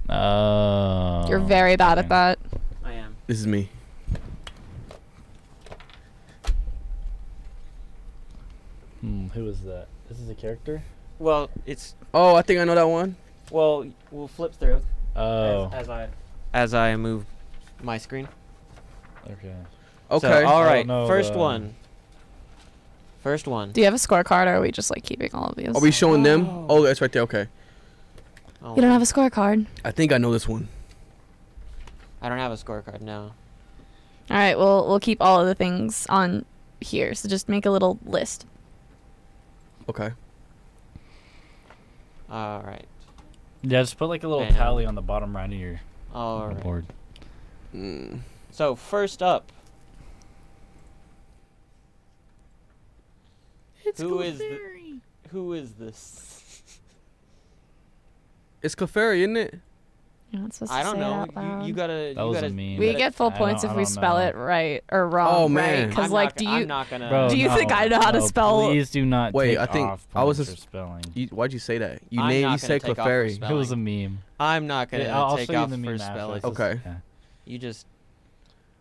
A: Oh.
D: You're very bad
A: okay.
D: at that.
B: I am.
C: This is me.
A: Hmm, who is that? This is a character.
B: Well, it's
C: Oh, I think I know that one.
B: well. We'll flip through
A: Oh.
B: as, as I as I move my screen.
A: Okay.
C: Okay.
B: So, all
A: I don't
B: right.
A: know uh,
B: First
A: the-
B: one. First one.
D: Do you have a scorecard or are we just like keeping all of these?
C: Are we showing them?
B: Oh.
C: Oh, that's right there. Okay.
B: Oh,
D: you don't have a scorecard.
C: I think I know this one.
B: I don't have a scorecard. No.
D: All right, we'll we'll keep all of the things on here. So just make a little list.
C: Okay.
B: All right.
A: Yeah, just put like a little
B: Bam.
A: tally on the bottom right of your
B: All
A: your
B: right.
A: board.
C: Mm.
B: So first up. It's Who is the- Who is this?
C: It's Clefairy, isn't it?
D: You're not supposed to
B: I don't
D: say
B: know.
D: It out
B: You,
D: loud.
B: you gotta.
A: That
B: you
A: was a
B: gotta,
A: meme.
B: you
D: we
A: But
B: gotta-
D: get
A: I
D: full
A: don't-
D: points
A: I
D: if we
A: don't
D: spell
A: know.
D: it right or wrong.
C: Oh,
D: right?
C: man.
B: I'm
D: 'Cause,
B: not
D: like,
B: go-
D: do you?
B: I'm not gonna.
A: Bro,
D: uh, Do you
A: no,
D: think I know how to
A: no,
D: spell-
A: Please do not.
C: Wait,
A: take
C: I think
A: off
C: I was
A: points
C: just-
A: for spelling.
C: You, why'd you say that? You
B: I'm
C: name
B: not
C: you
B: gonna
C: said
B: take off for
C: Clefairy.
A: It was a meme.
B: I'm not gonna
A: Yeah, I'll, I'll
B: take
A: show you
B: off
A: the meme
B: for
A: after.
B: spelling.
A: It's just-
C: Okay.
A: yeah.
B: You just.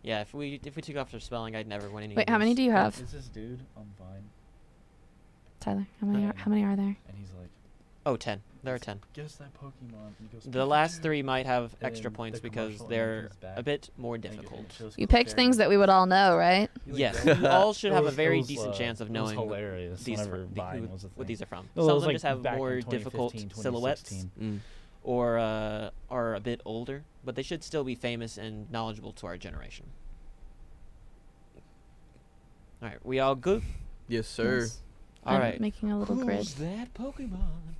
B: Yeah, if we if we took off for spelling, I'd never win any.
D: Wait, how many do you have,
A: It's this dude on Vine,
D: Tyler? How many? Are,
A: Okay.
D: how many are there?
A: and he's like,
B: Oh, ten. There are ten.
A: "Guess that Pokemon." And he goes,
B: The last
A: "Pikachu."
B: three might have
A: And
B: extra
A: the
B: points because
A: commercial
B: they're
A: images back.
B: a bit more
A: And it- and it
B: difficult.
A: shows
D: You picked
A: Clefairy.
D: things that we would all know, right?
A: He, like,
B: Yes,
A: yells
B: you
A: at-
B: all should
A: it
B: have a
A: was-
B: very
A: it was,
B: decent
A: uh,
B: chance of
A: it was
B: knowing what
A: hilarious
B: these
A: whenever
B: fr- the-
A: Vine
B: who-
A: was a thing.
B: what these are from.
A: Well, it was,
B: Some of them
A: like,
B: just have
A: back in
B: more difficult
A: 2015,
B: silhouettes
A: 2016.
C: Mm.
B: or uh, are a bit older, but they should still be famous and knowledgeable to our generation. All right, we all good?
C: Yes, sir.
D: Yes.
B: All
D: I'm
B: right.
D: Making a little grid.
B: Who's that Pokemon?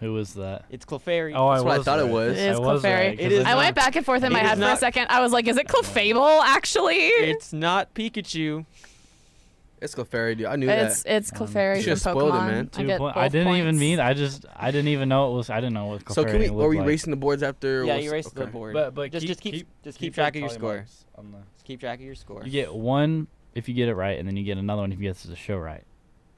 A: Who was that?
B: It's Clefairy.
A: Oh,
C: That's
A: I
C: what I
A: was
C: thought it
A: right.
C: was.
D: It is
A: I was
D: Clefairy.
A: right,
B: It
A: 'cause
B: is
A: it's
D: I
B: not-
A: like-
D: went back and forth
B: It
D: in my
B: is
D: head for a
B: not-
D: second. I was like, is it
A: I don't know.
D: Clefable actually?
B: it's not Pikachu.
C: It's Clefairy, dude. I knew
D: It's
C: that.
D: it's
A: Um,
D: Clefairy
C: You
D: from
C: should've spoiled it,
D: Pokemon.
C: man.
A: Two
D: I, get
A: point- I
D: both
A: didn't even
D: points.
A: mean. I just. I didn't even know it was. I didn't know what.
C: So can we?
A: Clefairy
C: Were
A: looked
C: we
A: like.
C: racing the boards after? or
B: Yeah,
C: was-
B: you erased the
C: okay.
B: board.
A: But but
B: just
A: keep,
B: just keep,
A: keep
B: just keep,
A: your
B: track of your
A: tally
B: score.
A: marks on the-
B: Just keep track of your score.
A: You get one if you get it right, and then you get another one if you get the show right.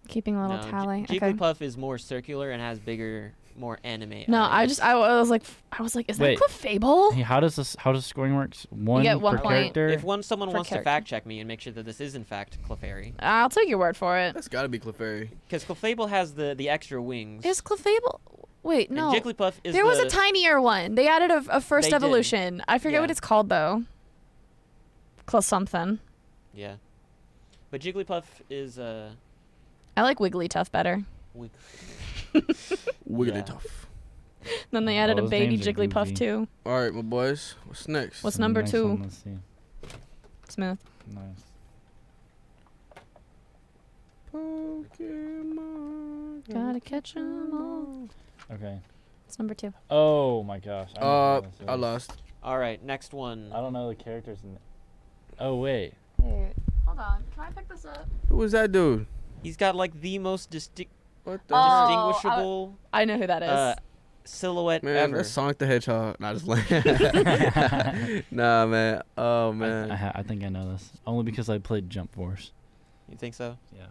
D: Keeping a little
B: No, Ji-
D: tally. okay.
B: Jigglypuff is more circular and has bigger, more anime.
D: No, I
B: eyes.
D: just I was like I was like, is
A: Wait.
D: that Clefable?
A: Hey, how does this? How does scoring works? One
D: get one
A: per
D: point.
A: character.
B: If one someone
D: for
B: wants
D: character.
B: to fact check me and make sure that this is in fact Clefairy,
D: I'll take your word for it.
C: That's gotta be Clefairy.
B: because Clefable has the the extra wings.
D: Is Clefable? Wait,
B: and
D: no.
B: Jigglypuff is
D: There was a
B: the-
D: tinier one. They added a, a first
B: They did.
D: evolution. I forget what
B: Yeah.
D: it's called though. Close something.
B: Yeah, but Jigglypuff is uh.
D: I like Wigglytuff better.
B: we-
C: Wiggly
B: Yeah.
C: tough.
D: Then they
A: Oh,
D: added a
A: those
D: baby
A: names are
D: Jigglypuff
A: goofy.
D: too.
C: All right, my boys. What's next?
D: What's
A: So the
D: number
A: next
D: two?
A: one, let's see.
D: Smooth.
A: Nice.
C: Pokemon.
D: Gotta catch 'em all.
A: Okay.
D: It's number two.
A: Oh my gosh. I don't
C: Uh,
A: know what this
C: I
A: is.
C: lost.
B: All right, next one.
A: I don't know the characters in. Oh wait.
D: Wait, hold on. Can I pick this up?
C: Who was that dude?
B: He's got like the most distinct,
C: What the?
D: Oh,
B: distinguishable
D: I know who that is.
B: uh, silhouette
C: Man,
B: ever.
C: that's Sonic the Hedgehog. Not just like. [laughs] nah, man. Oh man.
A: I, ha- I think I know this only because I played Jump Force.
B: You think so?
A: Yeah.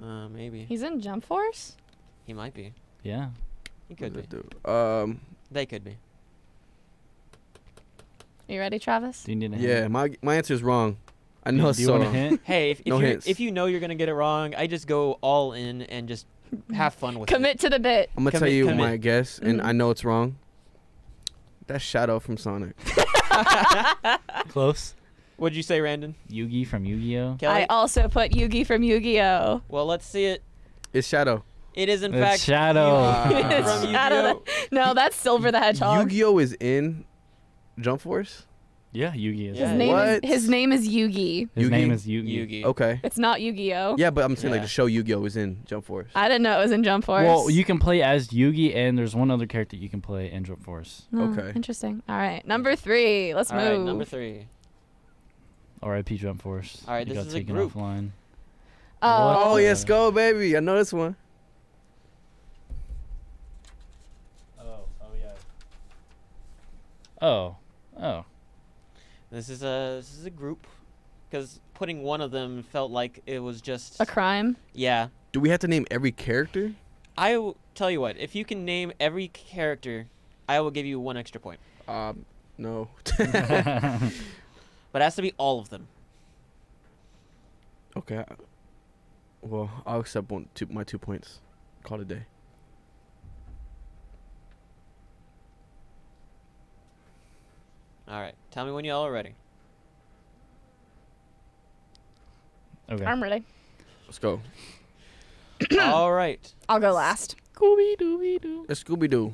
B: Uh, maybe
D: He's in Jump Force.
B: he might be.
A: Yeah.
B: He could
C: Who's [laughs]
B: be.
C: that dude? Um.
B: They could be.
D: Are you ready, Travis?
A: Do you need a hint?
C: Yeah, my my answer's wrong. I know
A: Do,
C: it's
A: do you
C: so
A: want a
C: wrong.
A: hint? [laughs]
B: Hey, if, if,
C: No
B: you
C: hints.
B: if you know you're gonna get it wrong, I just go all in and just have fun with it.
D: Commit to the bit.
C: I'm gonna tell
B: Commit-
C: you
B: commit.
C: my guess, and
D: Mhm.
C: I know it's wrong. That's Shadow from Sonic.
A: Close.
B: What'd you say, Randon?
A: Yugi from Yu-Gi-Oh.
B: Kelly?
D: I also put Yugi from Yu-Gi-Oh.
B: well, let's see it.
C: It's Shadow.
B: It is in
A: It's
B: fact
A: Shadow.
B: Yugi
C: It's
B: Uh,
D: [laughs]
B: from
D: Shadow.
B: Yu-Gi-Oh.
D: No, that's Silver the Hedgehog.
C: Yu-Gi-Oh is in Jump Force.
A: [laughs] Yeah, Yugi is.
B: His
D: His
A: it.
D: name is
C: What?
D: his name is Yugi.
A: His
C: Yugi?
A: name is Yugi.
B: Yugi.
C: Okay.
D: It's not Yu-Gi-Oh.
C: Yeah, but I'm saying like
B: Yeah.
C: the show Yu-Gi-Oh is in Jump Force.
D: I didn't know it was in Jump Force.
A: Well, you can play as Yugi, and there's one other character you can play in Jump Force.
D: Oh,
C: Okay.
D: Interesting. All right, number three. Let's
B: All
D: move.
B: right, number three.
A: R.I.P. Jump Force.
B: All right,
A: You
B: this
A: got
B: is a
A: taken
B: group.
A: offline.
D: Oh,
C: oh
A: What?
C: yes, go baby. I know this one.
A: Oh, oh yeah. Oh,
B: [laughs]
A: oh. [laughs]
B: This is a this is a group, because putting one of them felt like it was just
D: a crime.
B: yeah.
C: Do we have to name every character?
B: I will tell you what. If you can name every character, I will give you one extra point.
C: Um, no.
B: But it has to be all of them.
C: [laughs] okay. I- Well, I'll accept one, two, my two points. Call it a day.
B: All right. Tell me when y'all are
C: [clears throat]
B: ready.
A: okay.
D: I'm ready.
C: Let's go.
B: all right.
D: I'll go last.
A: Scooby Dooby Doo.
C: It's Scooby Doo,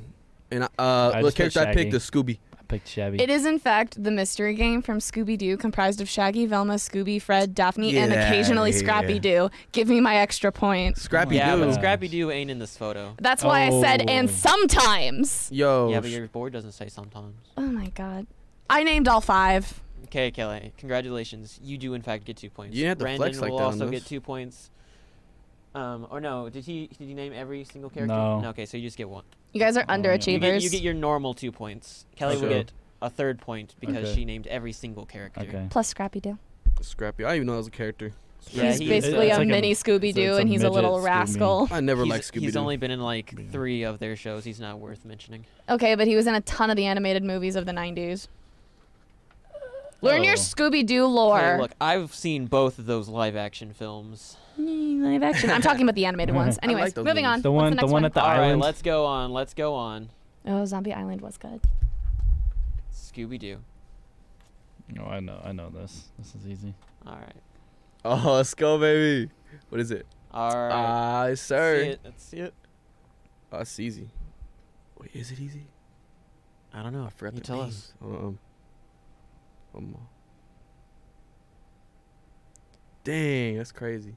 C: and uh,
A: I
C: the
A: just picked
C: character I picked
A: Shaggy.
C: is Scooby.
A: I picked Shabby.
D: It is in fact the mystery game from Scooby Doo, comprised of Shaggy, Velma, Scooby, Fred, Daphne, and
C: Yeah,
D: occasionally
C: yeah.
D: Scrappy Doo. Give me my extra point.
C: Scrappy
B: yeah,
C: Doo.
B: but
A: Gosh.
B: Scrappy Doo ain't in this photo.
D: That's why I said and
A: Oh.
D: sometimes.
C: Yo.
B: yeah, but
C: Oh, sh-
B: your board doesn't say sometimes.
D: Oh my god. I named all five.
B: Okay, Kelly, congratulations. You do in fact get two points.
C: You didn't have to
B: Brandon
C: flex like
B: will
C: that on
B: also get
C: this.
B: two points. Um, or no, did he? Did you name every single character?
A: No.
B: okay, so you just get one.
D: You guys are
A: Oh, yeah. You
B: You get,
D: underachievers.
B: you get your normal two points. Kelly will
C: Okay.
B: get a third point because
A: Okay.
B: she named every single character.
A: Okay.
D: Plus Scrappy Doo.
C: Scrappy. I didn't even know that was a character.
B: Yeah,
D: he's
B: he-
D: basically
A: it's
D: a
A: like a-
D: mini Scooby Doo,
A: it's a
D: and he's a little
A: midget Scooby.
D: rascal.
C: I never
B: He's-
C: liked Scooby Doo.
B: He's only been in like
A: Yeah.
B: three of their shows. He's not worth mentioning.
D: Okay, but he was in a ton of the animated movies of the 90s. Learn your
A: Oh.
D: Scooby Doo
B: Hey,
D: lore.
B: look, I've seen both of those live action films.
D: Mm, [laughs] Live action. I'm talking about the animated ones.
A: I
D: Anyways,
C: like those
D: moving
C: movies.
D: on.
A: The
D: What's
A: one-
D: the,
A: the
D: next
A: one at the
B: All right,
A: island?
B: let's go on. Let's go on.
D: Oh, Zombie Island was good.
B: Scooby Doo.
A: No, Oh, I know. I know this. This is easy.
B: All right.
C: [laughs] Oh, let's go, baby. What is it?
B: All right.
C: Ah,
B: Let's
C: sir.
B: see it. Let's see it.
C: Oh, it's easy. Wait, is it easy?
B: I don't know.
C: I forgot
B: You
C: the
B: tell
C: name.
B: us.
C: Um, um, dang, that's crazy.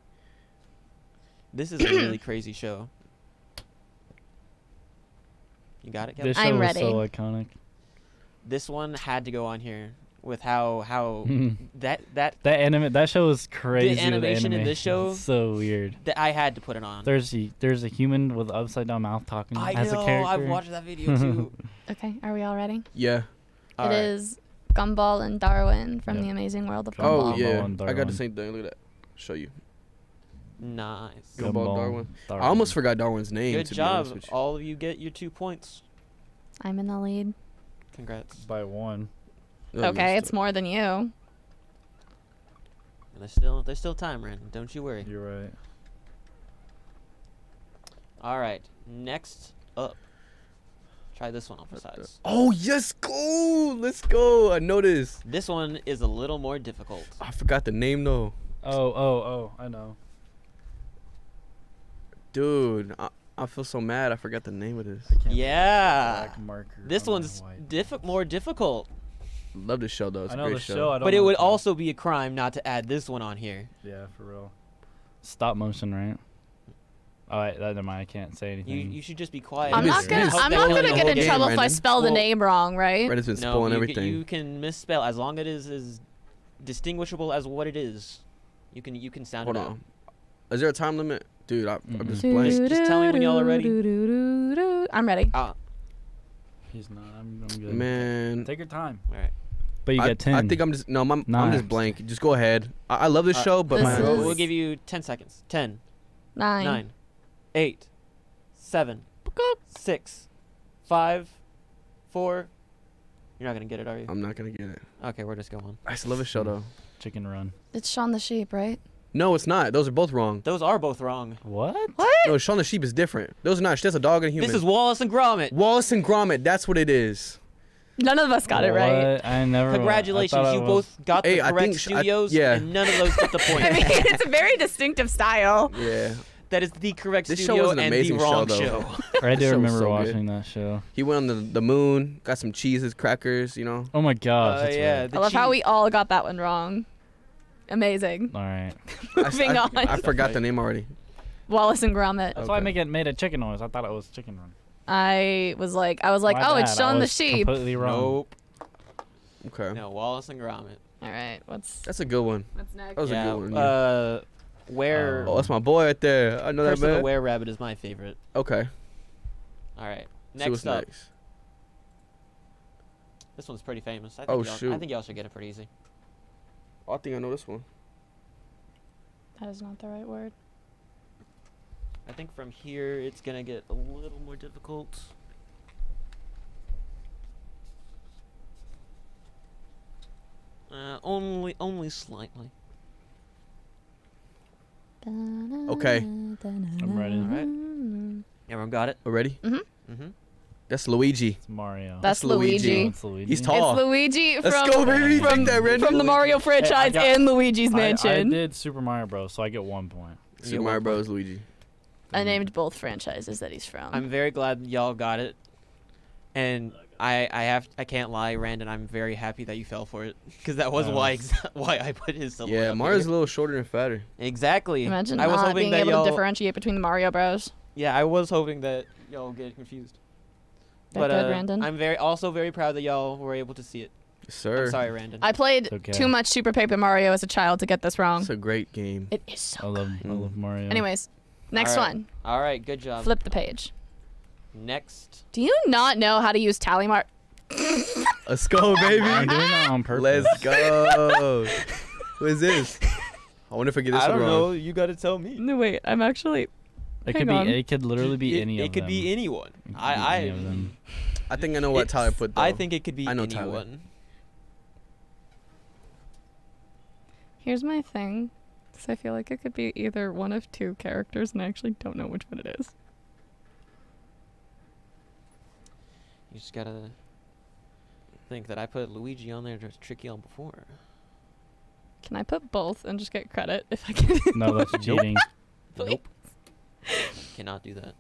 B: This is a really crazy show. You got it, Kevin?
A: This
B: This,
A: show
D: I'm
A: was
D: ready.
A: so iconic.
B: one had to go on here with how how
A: Hmm.
B: that that
A: [laughs] that anime. That show was crazy. with
B: animation in this show-
A: It's so weird.
B: that I had to put it on.
A: There's a, there's a human with upside down mouth talking
B: I
A: as
B: know.
A: a character.
B: I've watched that
A: [laughs]
B: video too.
D: Okay, are we all ready?
C: Yeah.
B: All
D: It
B: right.
D: is Gumball and Darwin from
A: Yep.
D: The Amazing World of
C: Oh
A: Gumball
D: Gumball.
C: yeah.
A: and
C: I got
A: Darwin.
C: the same thing. Look at that. Show you.
B: Nice.
C: Gumball, Darwin. I almost forgot Darwin's name.
B: Good
C: to be
B: job. Oh,
C: honest with you.
B: All of you get your two points.
D: I'm in the lead.
B: Congrats.
A: by one.
C: Oh,
D: okay,
C: messed
D: it's
C: up.
D: more than you.
B: And there's still there's still time, Random. Don't you worry.
A: You're right.
B: All right. Next up. Try this one off the sides.
C: Oh yes, go. Let's go. I noticed.
B: This one is a little more difficult.
C: I forgot the name though,
A: Oh oh oh! I know.
C: dude. I, I feel so mad. I forgot the name of this.
A: I can't
B: Yeah.
A: Black marker
B: Uh, This
A: on my
B: one's
A: white.
B: diffi- more difficult,
C: Love this show though. It's
A: I
C: a
A: know
C: great
A: the show. I don't
B: but it
A: know
B: would
A: the-
B: also be a crime not to add this one on here.
A: Yeah, for real. Stop motion, right? All right, that never mind. I can't say
B: You,
A: anything.
B: you should just be quiet.
D: I'm
C: Mm-hmm. It
D: not
C: is-
D: gonna.
C: it is
D: I'm not
C: spelling
D: gonna
C: the
D: get
C: whole
D: in
C: game,
D: trouble if I
C: Brandon.
D: spell the
B: Well-
D: name wrong, right?
C: Reddit's been
B: No,
C: spoiling
B: you,
C: everything.
B: Can, you can misspell as long as it is is distinguishable as what it is. You can you can sound
C: Hold
B: it out.
C: on. Is there a time limit, dude? I, I'm
A: Mhm.
C: just
A: Dude.
C: blank.
B: Just tell me when y'all are ready.
D: I'm ready.
B: Ah,
A: He's not. I'm, I'm good.
C: Man,
A: Take your time.
B: all right.
A: But you
C: I,
A: get ten.
C: I think I'm just no. I'm, I'm
A: Nine.
C: just blank. Just go ahead. I, I love this
B: Uh,
C: show, but
D: This
C: my
D: is-
B: We'll give you ten seconds. Ten,
D: Nine.
B: nine, eight, seven, six, five, four. You're not gonna get it, are you?
C: I'm not gonna get it.
B: Okay, we're just going.
C: I just love this show though.
A: chicken run.
D: It's Shaun the Sheep, right?
C: No, it's not. Those are both wrong.
B: Those are both wrong.
A: What?
C: No, Shaun the Sheep is different. Those are not. That's a dog and a human.
B: This is Wallace and Gromit.
C: Wallace and Gromit. That's what it is.
D: None of us got it right.
A: What? I never.
B: Congratulations, you both got
C: Hey,
B: the
C: I
B: correct
C: think sh- I-
B: studios,
C: yeah.
B: and none of those
C: [laughs]
B: get the point.
D: [laughs] I mean, it's a very distinctive style.
C: Yeah.
B: [laughs] that is the correct
C: This show
B: studio
C: was an
B: and
C: amazing
B: the
C: show,
B: wrong
C: though. [laughs]
A: I
C: That
A: do
C: show was
A: remember
C: so good.
A: watching that show.
C: He went on the, the moon, got some cheeses, crackers. You know.
A: Oh my gosh.
B: Uh,
A: that's
B: yeah,
A: right.
B: the
D: I love how
B: cheese-
D: we all got that one wrong. Amazing.
A: All right.
C: I-
D: [laughs] Moving
C: I,
D: on.
C: I Oh. forgot the name already.
D: Wallace and Gromit.
A: That's why I
C: Okay.
A: make it made a chicken noise. I thought it was chicken run.
D: I was like, I was like,
A: My
D: oh, it's
A: bad, I
D: Shaun the
A: was
D: Sheep.
A: Completely wrong.
B: Nope.
C: Okay.
B: No, Wallace and Gromit.
D: All right, what's
C: That's a good one.
D: what's
C: That
D: next?
C: was
B: yeah,
C: a good one. yeah.
B: Uh, where
C: oh, that's my boy right there. I know that
B: Curse of the
C: man.
B: Were Rabbit is my favorite.
C: Okay.
B: All right.
C: See what's
B: Next up,
C: next.
B: this one's pretty famous. I think
C: Oh,
B: y'all, I
C: shoot.
B: think y'all should get it pretty easy.
C: Oh, I think I know this
B: Mm-hmm.
C: one.
D: That is not the right word.
B: I think from here it's gonna get a little more difficult. Uh, only, only slightly.
C: Okay.
A: I'm ready.
B: All right. Everyone got it?
C: Already?
B: Mm-hmm.
C: That's Luigi.
A: It's Mario.
D: That's,
C: That's
A: Oh,
C: Luigi.
D: Luigi.
A: it's Luigi.
C: He's tall.
D: It's Luigi
C: Let's
D: from
C: go, baby. Take that, Randy.
D: from the Mario franchise
A: got-
D: and Luigi's
A: I- I,
D: Mansion.
A: did Super Mario Bros, so I get one point.
C: Super Mario Bros. Luigi.
D: I, named both franchises that he's from.
B: I'm very glad y'all got it, and I I have I can't lie, Randon. I'm very happy that you fell for it because that was
A: Yeah.
B: why exa- [laughs] why I put his silhouette.
C: Oh. Yeah,
B: up
C: Mario's a
B: here.
C: little shorter and fatter.
B: exactly.
D: Imagine
B: I was
D: not
B: hoping
D: being
B: that
D: able
B: y'all,
D: to differentiate between the Mario Bros.
B: Yeah, I was hoping that y'all get confused.
D: That
B: but
D: good,
B: uh,
D: Brandon?
B: I'm very also very proud that y'all were able to see it.
C: sir.
B: I'm sorry, Randon.
D: I played
A: It's okay.
D: too much Super Paper Mario as a child to get this wrong.
C: It's a great game.
D: it is so.
A: I love I
C: Mm.
A: love Mario.
D: Anyways, next
B: Alright.
D: one.
B: All right, good job.
D: Flip the page.
B: Next.
D: Do you not know how to use tally mark? [laughs]
C: Let's go,
A: I'm
C: baby.
A: doing that on purpose.
C: Let's go. what is this? I wonder if I get this
B: I
C: one
B: don't
C: wrong.
B: know. You gotta tell me.
D: No, wait. I'm actually.
A: It
D: Hang
A: could be.
D: on.
A: It could literally be
B: it,
A: any
B: It
A: of
B: could
A: them.
B: be anyone.
A: It could
B: I.
A: be
B: I.
A: any of them.
C: I think I know what
B: it's-
C: Tyler put. Though.
B: I think it could be
C: I know Tyler.
B: anyone.
D: Here's my thing. Because I feel like it could be either one of two characters, and I actually don't know which one it is.
B: You just gotta think that I put Luigi on there to trick y'all before.
D: Can I put both and just get credit if I can?
A: [laughs] No,
D: [laughs]
A: that's cheating.
B: Nope. Cannot do that.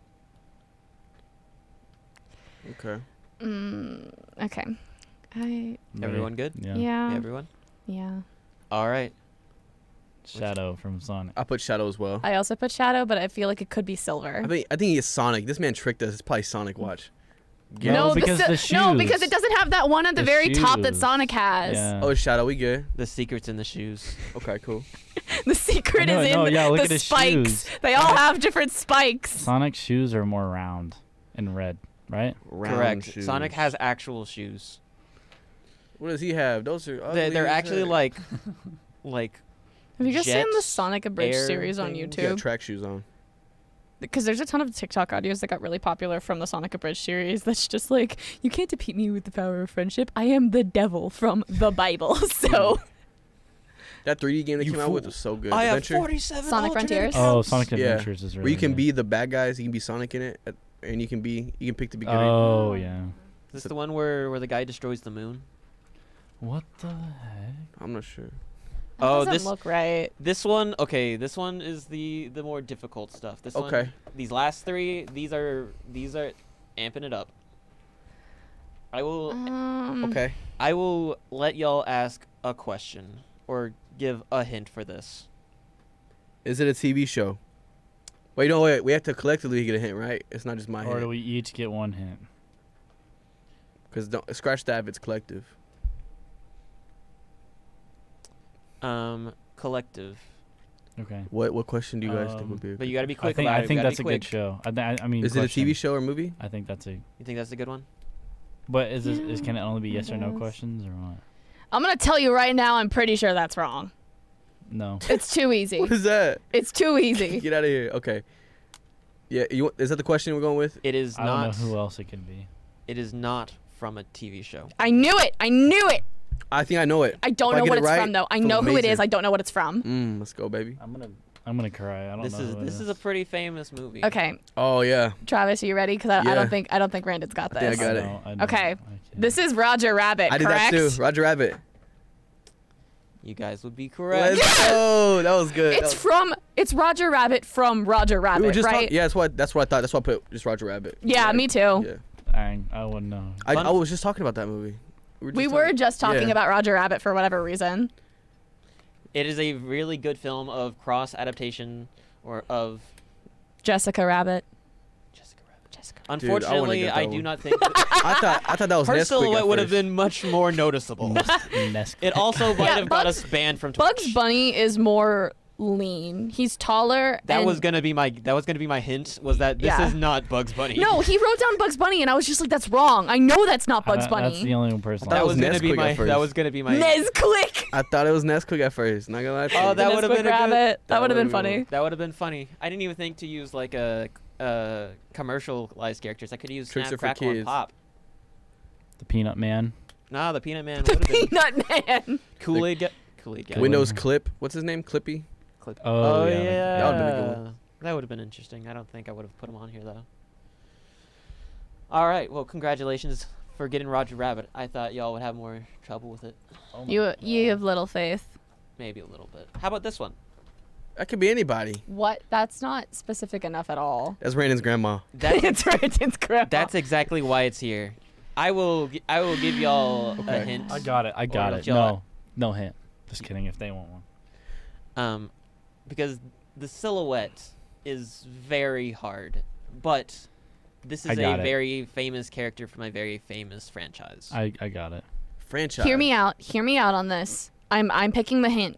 C: Okay.
D: Mm, okay. I.
A: Right.
B: Everyone good?
A: Yeah.
D: Yeah. Yeah.
B: Everyone. All right.
A: Shadow from Sonic.
C: I put Shadow as well. I,
D: I also put Shadow, but I feel like it could be Silver.
C: think I think he is Sonic. This man tricked us. It's probably Sonic. Watch.
A: Get No, it. because
D: si-
A: the
D: no, because
A: shoes.
D: it doesn't have that one at the,
A: The
D: very top that
A: shoes.
D: Sonic has.
A: Yeah.
C: Oh, Shadow, we good?
B: The secret's in the shoes.
C: Okay, cool.
D: [laughs] The secret
A: No,
D: is
A: no,
D: in
A: yeah, look
D: the
A: at his
D: spikes.
A: shoes.
D: They all have different spikes.
A: Sonic's shoes are more round and red, right?
C: [laughs] Round
B: Correct.
C: shoes.
B: Sonic has actual shoes.
C: What does he have? Those are.
B: They,
C: ugly
B: they're
C: as
B: actually [laughs]
C: heck.
B: like, like
D: Have you guys seen the
B: Jets,
D: Sonic Abridged
B: air
D: series on
B: things.
C: He got
D: YouTube?
C: track shoes on.
D: Because there's a ton of TikTok audios that got really popular from the Sonic Abridged series. That's just like, you can't defeat me with the power of friendship. I am the devil from the Bible. [laughs] So
C: That 3D game they
B: You
C: came out
B: fool.
C: with was so good.
B: I have
C: Adventure.
B: forty-seven.
D: Sonic
B: alternate
D: Frontiers?
A: Oh,
B: accounts.
A: Sonic
C: Yeah.
A: Adventures is really
C: Where you can
A: good.
C: be the bad guys, you can be Sonic in it, at- and you can be you can pick the beginning.
A: Oh yeah.
B: Is this the one where where the guy destroys the moon?
A: What the heck?
C: I'm not sure.
D: That
B: Oh,
D: doesn't
B: this-
D: look right.
B: This one, okay. This one is the the more difficult stuff. This one,
C: Okay.
B: These last three, these are these are amping it up. I will Hmm.
D: Um,
C: Okay.
B: I will let y'all ask a question or give a hint for this.
C: Is it a TV show? Wait, no, wait. We have to collectively get a hint, right? It's not just my
A: Or do
C: hint.
A: we each get one hint?
C: Because don't scratch that if it's collective.
B: Um, collective,
A: Okay.
C: What what question do you guys
A: Um,
C: think would be?
B: but you gotta be quick
A: I think
B: about it.
A: I
B: You
A: think
B: gotta
A: that's a
B: be
A: good
B: quick.
A: show. I, th- I mean,
C: is
A: question.
C: it a TV show or movie?
A: I think that's a.
B: You think that's a good one?
A: But is this, is
D: Yeah,
A: can it only be
D: I
A: yes or no
D: guess.
A: questions or what?
D: I'm going to tell you right now, I'm pretty sure that's wrong.
A: No.
D: It's too
C: [laughs]
D: easy.
C: What is that?
D: it's too
C: [laughs]
D: easy.
C: Get out of here. Okay. Yeah, you, is that the question we're going with?
B: It is
A: I don't
B: not.
A: know who else it could be.
B: It is not from a TV show.
D: I knew it. I knew it.
C: I think I know it.
D: I don't
C: If I
D: know
C: get
D: what
C: it
D: it's
C: right,
D: from though. I
C: feel
D: know who it
C: amazing.
D: is. I don't know what it's from.
C: Mm, let's go, baby.
A: I'm gonna I'm gonna cry. I don't
B: This
A: know.
B: is
A: who it
B: this is a pretty famous movie.
D: Okay,
C: Oh yeah.
D: Travis, are you ready? Because I, I
C: Yeah.
D: don't think I don't think Randon's got
C: I think I
D: this.
C: got it.
A: know, I know.
D: Okay.
A: I can't-
D: This is Roger Rabbit.
C: I did
D: correct?
C: that too. Roger Rabbit.
B: You guys would be correct.
C: Let's go. That was good.
D: It's from it's Roger Rabbit from Roger Rabbit,
C: we were just
D: right?
C: talking. Yeah, that's what that's what I thought. That's why I put just Roger Rabbit.
D: Yeah, me too.
C: Yeah.
A: I I wouldn't know.
C: I,
B: Fun-
C: I was just talking about that movie.
D: We were just talking
C: yeah.
D: about Roger Rabbit for whatever reason.
B: It is a really good film of cross adaptation or of
D: Jessica Rabbit.
B: Jessica Rabbit.
D: Jessica.
C: Dude, I wanna
B: Unfortunately,
C: get
B: I,
C: that
B: do
C: one.
D: [laughs]
B: not think that
C: I thought I thought that was
B: her
C: Nesquik
B: silhouette
C: at
B: would have
C: first.
B: been much more
D: [laughs]
B: noticeable.
A: Nes-
B: it also might
D: Yeah,
B: have got
D: Bugs-
B: us banned from Twitch.
D: Bugs Bunny is more lean. He's taller.
B: That
D: and-
B: was gonna be my that was gonna be my hint was that this
D: Yeah.
B: is not Bugs Bunny. [laughs]
D: No, he wrote down Bugs Bunny, and I was just like, "That's wrong. I know Uh, that's not Bugs
A: I-
D: Bunny."
A: That's the only person.
C: That
B: that
C: was
B: was gonna be
C: Nesquik at
B: my that
C: first.
B: was gonna be my
D: Nesquik.
C: I thought it was Nesquik at first. Not gonna lie. To you.
B: Oh, Uh, that
D: Nesquik
B: would've been a good-
D: rabbit.
C: that
D: that would have been
C: would've been
D: funny.
B: that would have been funny. I didn't even think to use like a uh commercialized characters. I could use
C: Tricks are
B: Snap
C: for
B: Crackle and
C: kids.
B: Pop.
A: the Peanut Man.
B: Nah, the Peanut Man
D: The
B: would have been
D: [laughs] Peanut Man.
B: Kool Aid Kool Aid guy.
A: Window-
C: Windows Clip. What's his name? Clippy.
B: Clip.
A: Oh, yeah,
C: that would've been a good
B: yeah. That would have been interesting. I don't think I would have put him on here though. All right. Well, congratulations for getting Roger Rabbit. I thought y'all would have more trouble with it.
A: Oh my
D: You you
A: God.
D: have little faith.
B: Maybe a little bit. How about this one?
C: That could be anybody.
D: What? That's not specific enough at all.
C: That's Randon's grandma.
A: [laughs]
B: That's
D: [laughs] it's right. It's crap.
B: that's exactly why it's here. I will gi- I will give y'all a
C: Okay.
B: hint.
A: I got it. I got
B: Or
A: it.
B: Jill-
A: No, no hint. Just kidding. If they want one.
B: Um, because the silhouette is very hard, but this
A: I
B: is a
A: got it.
B: very famous character from a very famous franchise.
A: I I got it.
C: franchise.
D: Hear me out. Hear me out on this. I'm I'm picking the hint.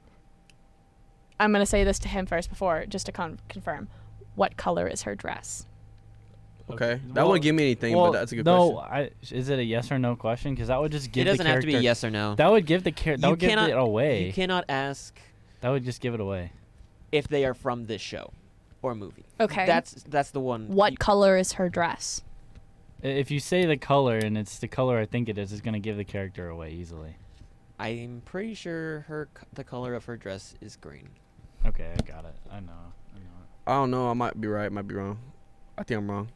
D: I'm gonna say this to him first before just to con- confirm. What color is her dress?
C: Okay, that
A: Well-
C: won't give me anything,
A: well,
C: but that's a good
A: no,
C: question.
A: I, is it a yes or no question? Because that would just give
B: it doesn't
A: the
B: have to
A: character,
B: be yes or no.
A: That would give the character. That
B: You
A: would give
B: cannot-
A: it away.
B: you cannot ask
A: that would just give it away.
B: if they are from this show or movie.
D: Okay.
B: That's that's the one.
D: what
B: you-
D: color is her dress?
A: I- If you say the color and it's the color I think it is, it's gonna give the character away easily.
B: I'm pretty sure her c- the color of her dress is green.
A: Okay, I got it. I know. I know. it.
C: I don't know. I might be right. Might be wrong. I think I'm wrong.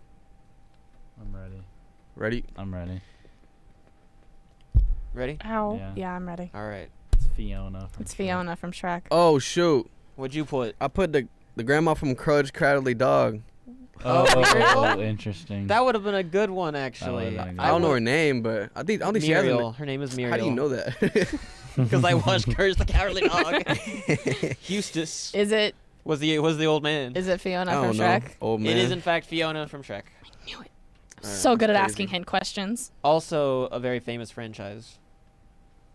A: I'm ready.
C: Ready?
A: I'm ready.
B: Ready?
D: Ow.
A: Yeah.
D: I'm ready.
B: All right.
A: It's Fiona. from
D: It's
A: Shrek.
D: Fiona from Shrek.
C: Oh shoot!
B: What'd you put?
C: I put the the grandma from Crudge Cradley Dog.
A: Oh,
B: Oh,
A: oh, oh,
B: Muriel?
A: oh, interesting.
C: Mm.
B: That would have been a good one, actually.
A: would've been a
C: I don't know her
B: would-
C: name, but I think I don't think she has.
B: Mm. Muriel.
C: A,
B: Her name is
C: na-
B: Muriel.
C: how do you
B: [laughs]
C: know that? [laughs]
B: Because I
A: [laughs]
B: watched Courage the Cowardly Dog.
C: [laughs]
B: Eustace
D: Is it
B: was the was the old man.
D: is it Fiona
C: I
D: from
C: don't know.
D: Shrek?
C: Old man.
B: It is in fact Fiona from Shrek.
D: I'm so good at
C: Crazy.
D: asking hint questions.
B: Also a very famous franchise.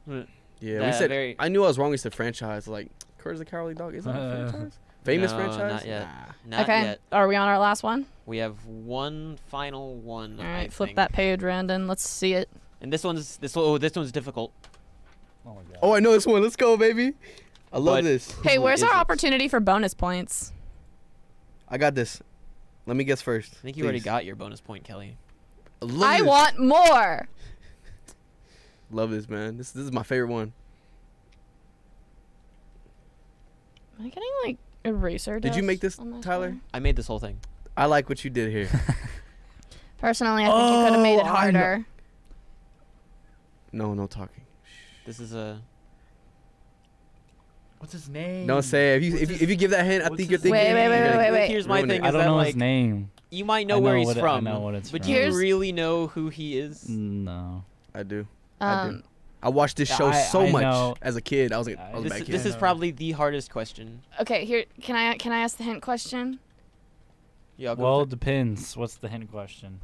C: Yeah,
B: Yeah,
C: we said.
B: very-
C: I knew I was wrong. We said franchise. Like Courage the Cowardly Dog is that a
A: Uh,
C: franchise? Famous
B: No,
C: franchise?
B: not yet.
C: Nah.
B: Not
D: okay.
B: yet.
D: Are we on our last one?
B: We have one final one.
D: All
B: I
D: right. Flip
B: think.
D: that page, Brandon. Let's see it.
B: And this one's this oh this one's difficult.
A: Oh my god.
C: Oh, I know this one. Let's go, baby. I love
B: But-
C: this.
D: Hey,
B: Who
D: where's
B: is
D: our
B: it?
D: opportunity for bonus points?
C: I got this. Let me guess first.
B: I think you already got your bonus point, Kelly.
C: Love
D: I
C: this.
D: want more.
C: Love this, man. This this is my favorite one.
D: Am I getting like eraser?
C: Did you
D: dust
C: make this,
D: on my
C: Tyler?
D: phone?
B: I made this whole thing.
C: I like what you did here.
B: [laughs]
D: Personally, I think you could have made it
C: Oh, I know.
D: harder.
C: no, no talking.
B: This is a
A: What's his name?
C: Don't say it. if you
A: What's
C: if you,
A: his-
C: if you give that hint, I
A: what's
C: think you're
A: his-
C: thinking.
D: Wait, wait, wait,
C: you're
D: wait,
C: gonna-
D: wait, wait.
B: Here's my
C: ruin it.
B: thing.
A: I
B: is
A: don't
B: that,
A: know
B: like,
A: his name.
B: You might
A: I
B: know where
A: know
B: he's
A: what it- I
B: from.
A: know what it's
B: but
A: from.
B: do you
D: Here's-
B: really know who he is?
A: No.
C: I do. I do.
D: Um,
C: I watched this
A: Yeah,
C: show
A: I-
C: so
A: I
C: much
A: know.
C: as a kid. I was like, I was
A: I-
B: This,
C: a bad
A: back
B: this
C: kid.
B: is probably the hardest question.
D: okay, here can I can I ask the hint question?
B: Yeah, I'll go
A: Well,
B: with it.
A: depends. What's the hint question?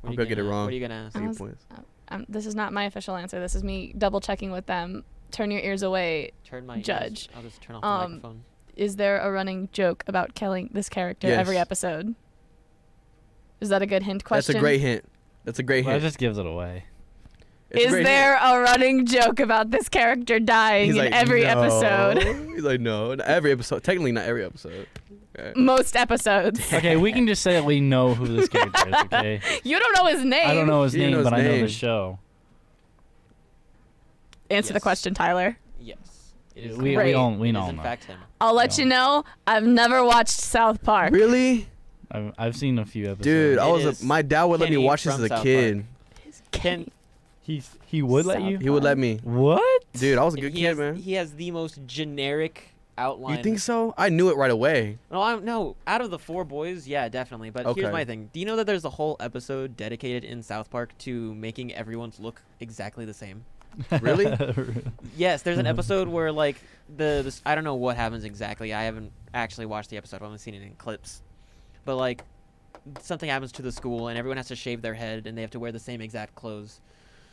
B: What
C: I'm
B: are you
C: gonna get it
B: gonna-
C: wrong.
B: What are you gonna ask?
C: Three
D: I was-
C: points.
D: Um, this is not my official answer. This is me double checking with them. Turn your ears away.
B: Turn my ears-
D: Judge.
B: I'll just turn off the
D: Um,
B: microphone.
D: Is there a running joke about killing this character every
C: Yes.
D: episode? Is that a good hint
C: That's
D: question?
C: a great hint. That's a great
A: Well, that
C: hint.
A: just gives it
C: [laughs]
A: away.
C: It's a
D: is
C: great
D: there a running joke about this character dying
C: hint. He's
D: in
C: like,
D: every episode?
C: [laughs] "No." He's like, no, not every episode. Technically, not every episode. Okay.
D: Most episodes.
A: Okay, we can just say that we know who this character is.
B: [laughs]
A: Okay.
D: [laughs] You don't know his name.
A: I don't know his
C: You
A: name,
C: know his
A: but I know
C: name.
A: the show.
D: Answer the
B: Yes.
D: question, Tyler.
B: Yes.
A: We
D: Right.
A: we all we
B: It is
A: all
B: in
A: know.
B: fact him.
D: I'll let
A: No.
D: you know. I've never watched South Park.
C: Really,
A: I've, I've seen a few episodes.
C: dude? I
B: It
C: was.
B: is
C: A, my dad would let me
B: Kenny
C: watch this
B: from
C: as a
B: South
C: kid.
B: Ken,
A: he he would let
D: South
A: you.
C: He would let me.
A: What?
C: Dude, I was a good
B: he
C: kid,
B: has,
C: man.
B: He has the most generic outline.
C: You think so? I knew it right away.
B: No, I'm, no. Out of the four boys, yeah, definitely. But
C: Okay.
B: here's my thing. Do you know that there's a whole episode dedicated in South Park to making everyone's look exactly the same?
A: [laughs]
C: Really?
B: Yes, there's an episode where like the, the s- I don't know what happens exactly. I haven't actually watched the episode. I've only seen it in clips. But like something happens to the school and everyone has to shave their head and they have to wear the same exact clothes.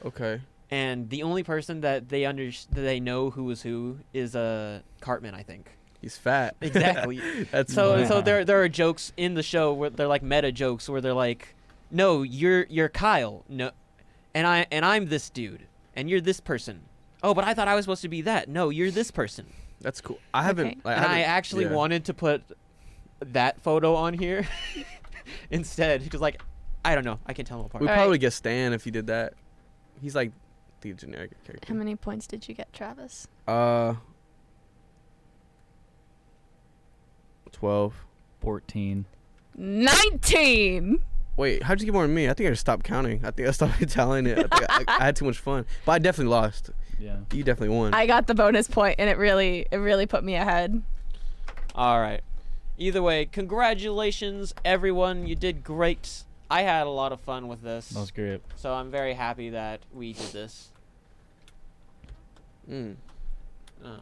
C: Okay.
B: And the only person that they under that they know who is who is uh Cartman, I think.
C: He's fat. [laughs]
B: Exactly.
C: That's
B: So
A: Wow.
B: so there there are jokes in the show where they're like meta jokes where they're like, no, you're you're Kyle, no, and I and I'm this dude, and you're this person. Oh, but I thought I was supposed to be that. No, you're this person.
C: that's cool. I haven't.
D: Okay.
C: Like,
B: and I
C: haven't-
B: actually
C: yeah.
B: wanted to put that photo on here [laughs] instead because like I don't know, I can tell them apart.
C: We
D: All
C: probably
D: right.
C: get Stan if you did that. He's like the generic
D: How
C: character.
D: many points did you get, Travis?
C: Uh, twelve.
A: Fourteen.
D: 19.
C: Wait, how'd you get more than me? I think I just stopped counting. I think I stopped [laughs] telling it. I, think I, I had too much fun, but I definitely lost.
A: Yeah.
C: You definitely won.
D: I got the bonus point and it really it really put me ahead.
B: All right. Either way, congratulations everyone. You did great. I had a lot of fun with this.
A: That was great.
B: So I'm very happy that we did this.
C: mm,
B: Um,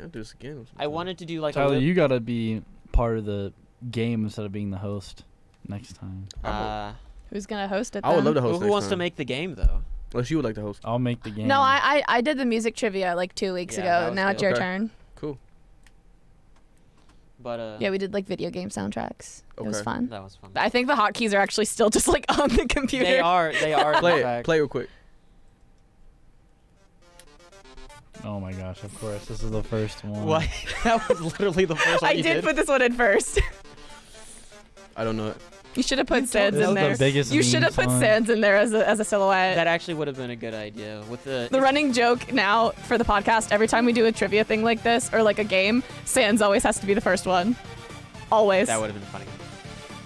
C: I'll do this again.
B: I wanted to do like a
A: Tyler,
B: lit-
A: you gotta be part of the game instead of being the host next time.
C: I would-
B: Uh,
D: Who's going to host it
C: I would
D: then?
C: love to
B: who
C: host.
B: who
C: next
B: wants to
C: time.
B: make the game though?
C: Unless you would like to host.
A: I'll make the game.
D: No, I, I I did the music trivia like two weeks
B: Yeah, that
D: ago.
B: was
D: Now
B: good.
D: it's your
C: Okay.
D: turn.
C: Cool.
B: But uh,
D: Yeah, we did like video game soundtracks. It was
C: Okay.
D: fun.
B: that was fun.
D: I think the hotkeys are actually still just like on the computer.
B: [laughs] They are. They are. in
C: Play it.
B: fact.
C: Play real quick.
A: Oh my gosh! Of course, this is the first one.
B: What? [laughs] that was literally the first one
D: [laughs] I
B: you
D: did, put this one in first. [laughs]
C: I don't know. it.
D: you should have put Sans
A: This
D: in
A: is
D: there.
A: the biggest.
D: You should
A: meme
D: have put
A: song.
D: Sans in there as a, as a silhouette.
B: That actually would have been a good idea with the.
D: the running joke now for the podcast every time we do a trivia thing like this or like a game, Sans always has to be the first one. Always.
B: That would have been funny.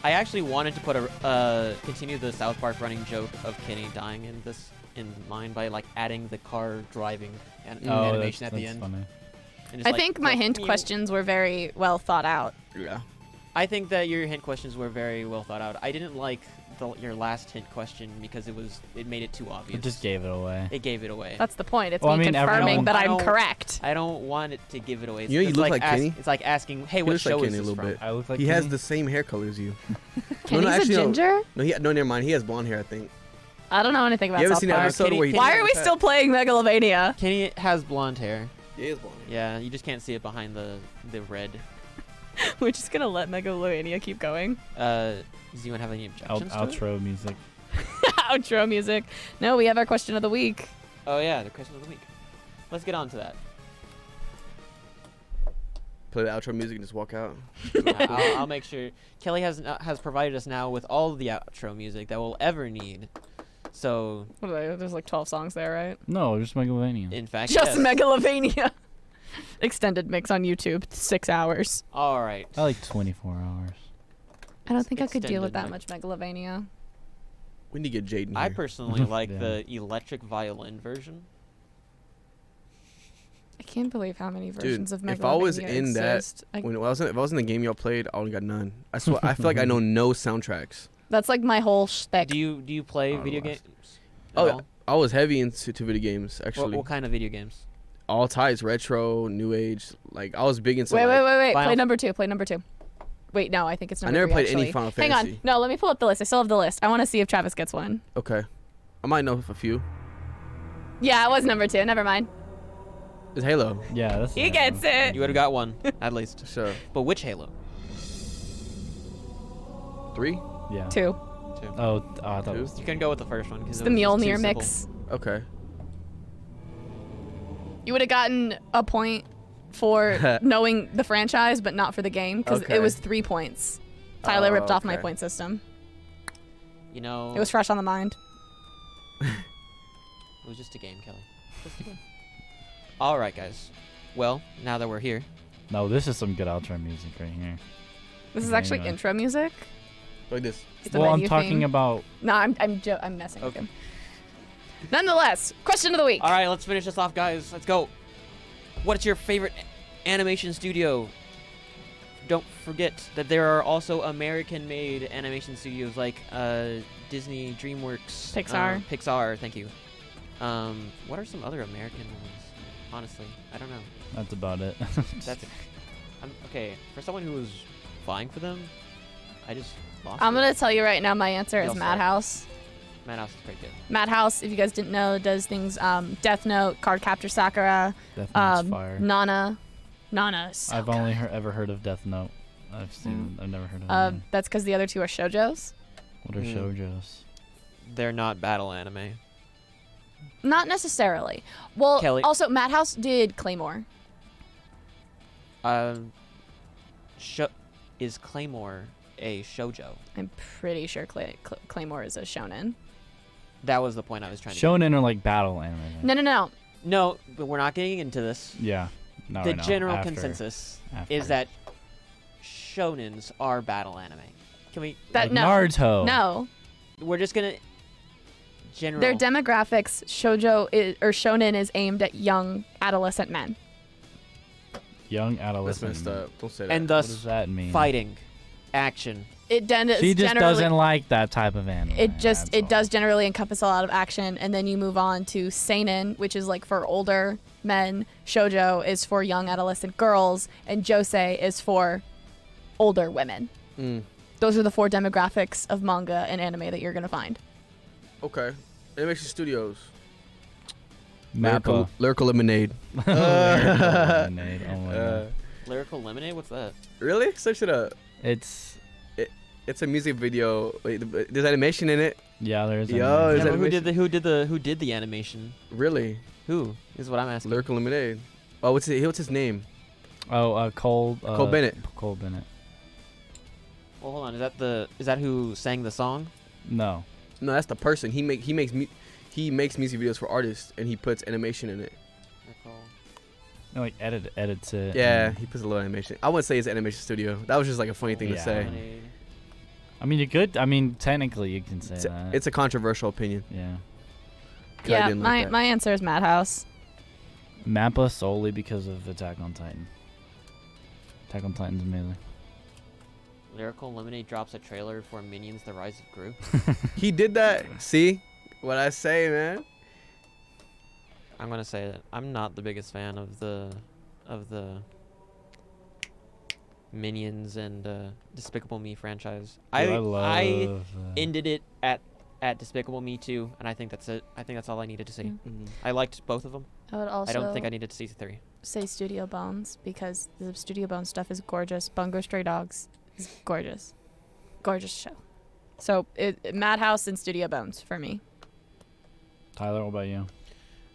B: I actually wanted to put a uh, continue the South Park running joke of Kenny dying in this in mind by like adding the car driving an-
A: Oh, that's-
B: animation at the
A: that's
B: end.
A: funny.
B: and just,
D: I
B: like,
D: think my
B: go,
D: hint
B: meow.
D: questions were very well thought out.
C: Yeah.
B: I think that your hint questions were very well thought out. I didn't like the, your last hint question because it was it made it too obvious.
A: It just gave it away.
B: It gave it away.
D: That's the point. It's
A: Well, I
D: me
A: mean, everyone-
D: confirming that
B: I
D: I'm
B: don't-
D: correct.
B: I don't want it to give it away. It's,
C: You know, you
B: it's
C: look
B: like
C: like
B: ask-
C: Kenny.
B: It's like asking, "Hey,
C: He
B: what
C: looks like
B: show is
C: Kenny a
B: this
C: little
B: from?"
C: bit.
A: I look like
C: he has
A: me.
C: the same hair color as
D: [laughs]
C: you.
D: Kenny's
C: no,
D: a
C: actually, no.
D: ginger?
C: No, he, no, never mind. He has blonde hair, I think.
D: I don't know anything about
C: you ever
D: South
C: seen that
D: Park.
C: episode
B: Kenny-
C: where he?
D: Why are we still playing Megalovania? [laughs]
B: Kenny has blonde hair.
C: Yeah, he has blonde. hair.
B: Yeah, you just can't see it behind the the red.
D: We're just gonna let Megalovania keep going. [laughs]
B: Uh, does anyone have any
A: Out-
B: objections? to it?
A: outro music.
D: Outro music. No, we have our question of the week.
B: Oh yeah, the question of the week. Let's get on to
C: [laughs]
B: that.
C: Play the outro music and just walk out.
B: Yeah, I'll, I'll make sure Kelly has no- has provided us now with all the outro music that we'll ever need. So
D: What are they? There's like 12 songs there, right?
A: No, just Megalovania.
B: in fact,
D: Just
B: yes.
D: Megalovania. [laughs] Extended mix on YouTube, six hours.
B: All right.
C: Oh,
A: I like 24 hours.
D: I don't think I could deal with that
B: Extended
D: much Megalovania.
C: We need to get Jaden.
B: I
C: here.
B: personally like
A: Yeah.
B: the electric violin version.
D: I can't believe how many versions of Megalovania
C: if I was in that-
D: exist. I-
C: When I was in, if I was in the game y'all played, I only got none. I swear, I feel like
D: [laughs]
C: I know no soundtracks.
D: that's like my whole shtick.
B: Do you do you play
A: I don't
B: video
A: know.
B: games? at
C: Oh,
B: all?
C: yeah. I was heavy into to video games
B: What,
C: actually.
B: what kind of video games?
C: All types, retro, new age. Like I was big into.
D: wait,
C: like,
D: wait, wait, wait.
B: Final-
D: Play number two. Play number two. Wait, no, I think it's
C: I
D: number
C: never
D: three,
C: played any
D: actually.
C: Final
D: Hang
C: Fantasy.
D: on. No, let me pull up the list. I still have the list. I want to see if Travis gets one.
C: Okay, I might know a few.
D: Yeah, it was number two. Never mind.
C: It's Halo.
A: Yeah, that's.
D: He
A: the
D: gets
A: outro.
D: it.
B: You would have got one at least.
C: So
B: But which Halo?
C: three.
A: Yeah.
D: Two.
A: Oh, th- oh, I thought it
C: Two.
A: was.
B: You can go with the first one because
D: It's the Mjolnir mix.
C: Okay.
D: You would have gotten a point
C: [laughs]
D: for knowing the franchise, but not for the game because
C: Okay.
D: it was three points. Tyler
C: Oh,
D: ripped off my
C: okay.
D: point system.
B: You know,
D: It was fresh on the mind.
B: It was just a game, Kelly. Just a game. All right, guys. Well, now that we're here,
A: No, this is some good outro music right here.
D: This is
A: Okay,
D: actually
A: anyway.
D: intro music.
C: Like this.
D: It's the
A: Well, I'm
D: menu
A: talking
D: theme.
A: about.
D: No, I'm I'm jo- I'm messing
B: Okay.
D: with him. Nonetheless, question of the week.
B: all right, let's finish this off, guys. Let's go. What's your favorite a- animation studio? Don't forget that there are also American-made animation studios like uh, Disney, DreamWorks,
D: Pixar.
B: um, Pixar. Thank you. Um, what are some other American ones? Honestly, I don't know.
A: That's about it. [laughs]
B: That's I'm, okay for someone who was vying for them. I just lost.
D: I'm
B: it.
D: gonna tell you right now. My answer
B: Y'all
D: is
B: suck.
D: Madhouse.
B: Madhouse is pretty good.
D: Madhouse, if you guys didn't know, does things um, Death Note, Card Capture Sakura,
A: Death Note's
D: um,
A: fire.
D: Nana, Nana. is So
A: I've
D: good.
A: only hear- ever heard of Death Note. I've
B: Hmm.
A: seen. I've never heard of.
D: Um,
A: Um,
D: that's because the other two are shoujos.
A: what are
B: hmm.
C: mm.
A: shoujos?
B: They're not battle anime.
D: Not necessarily. Well,
B: Kelly-
D: also Madhouse did Claymore.
B: Um, sho- is Claymore a shojo?
D: I'm pretty sure Clay- Cl- Claymore is a shonen.
B: That was the point I was trying to.
A: Shonen or like battle anime? then?
D: No, no, no.
B: Get. No, but we're not getting into this.
A: Yeah. No, I
B: the
A: know.
B: general
A: After-
B: consensus
A: after.
B: is that shonens are battle anime. Can we?
D: That-
A: like
D: no.
A: Naruto.
D: No,
B: We're just gonna. General.
D: their demographics shojo is, or shonen is aimed at young adolescent men.
A: Young
C: That's
A: adolescent.
C: messed up. Don't say that.
B: and
A: What does
B: thus
A: that mean?
B: fighting, action.
D: It den-
A: She just
D: generally,
A: doesn't like that type of anime.
D: It just
A: that's all.
D: it does generally encompass a lot of action, and then you move on to seinen, which is like for older men. Shojo is for young adolescent girls, and josei is for older women.
C: Mm.
D: Those are the four demographics of manga and anime that you're gonna find.
C: Okay. Animation Studios.
A: Mappa.
C: Lyrical, Lyrical Lemonade.
A: [laughs] Lyrical Lemonade, oh my
C: Uh,
A: God.
B: Lyrical Lemonade? What's that?
C: really? Search it up.
A: it's
C: uh, It's a music video. Wait, th- there's animation in it.
A: yeah. There's
C: Yo,
A: another-
C: is
B: Yeah,
C: that
B: but who
C: animation?
B: did the who did the who did the animation?
C: Really?
B: Who is what I'm asking.
C: Lyrical Lemonade. Oh, what's his, what's his name?
A: oh uh, Cole uh,
C: Cole Bennett.
A: Cole Bennett.
B: Well, hold on. Is that the is that who sang the song?
A: No,
C: No, that's the person. He make he makes mu- he makes music videos for artists and he puts animation in it.
A: no, like edit edits it.
C: Yeah,
A: and-
C: he puts a little animation. I wouldn't say it's animation studio. That was just like a funny thing to
A: Yeah.
C: say.
B: Lemonade.
A: I mean, you could. I mean, technically, you can say
C: It's,
A: that.
C: it's a controversial opinion.
A: yeah.
C: 'cause I
D: Yeah,
C: didn't like
D: my,
C: that.
D: my answer is Madhouse.
A: Mappa solely because of Attack on Titan. Attack on Titan's amazing.
B: Lyrical Lemonade drops a trailer for Minions: The Rise of Gru.
C: he did that. See what I say, man?
B: I'm gonna say that I'm not the biggest fan of the of the Minions and uh, Despicable Me franchise. I
A: Dude,
B: I,
A: uh,
B: ended it at at Despicable Me 2, and I think that's it. I think that's all I needed to see.
D: Mm.
A: Mm-hmm.
B: I liked both of them.
D: I would also
B: I don't think I needed to see three.
D: say Studio Bones because the Studio Bones stuff is gorgeous. Bungo Stray Dogs is gorgeous. Gorgeous show. So it, it- Madhouse and Studio Bones for me.
A: Tyler, what about you?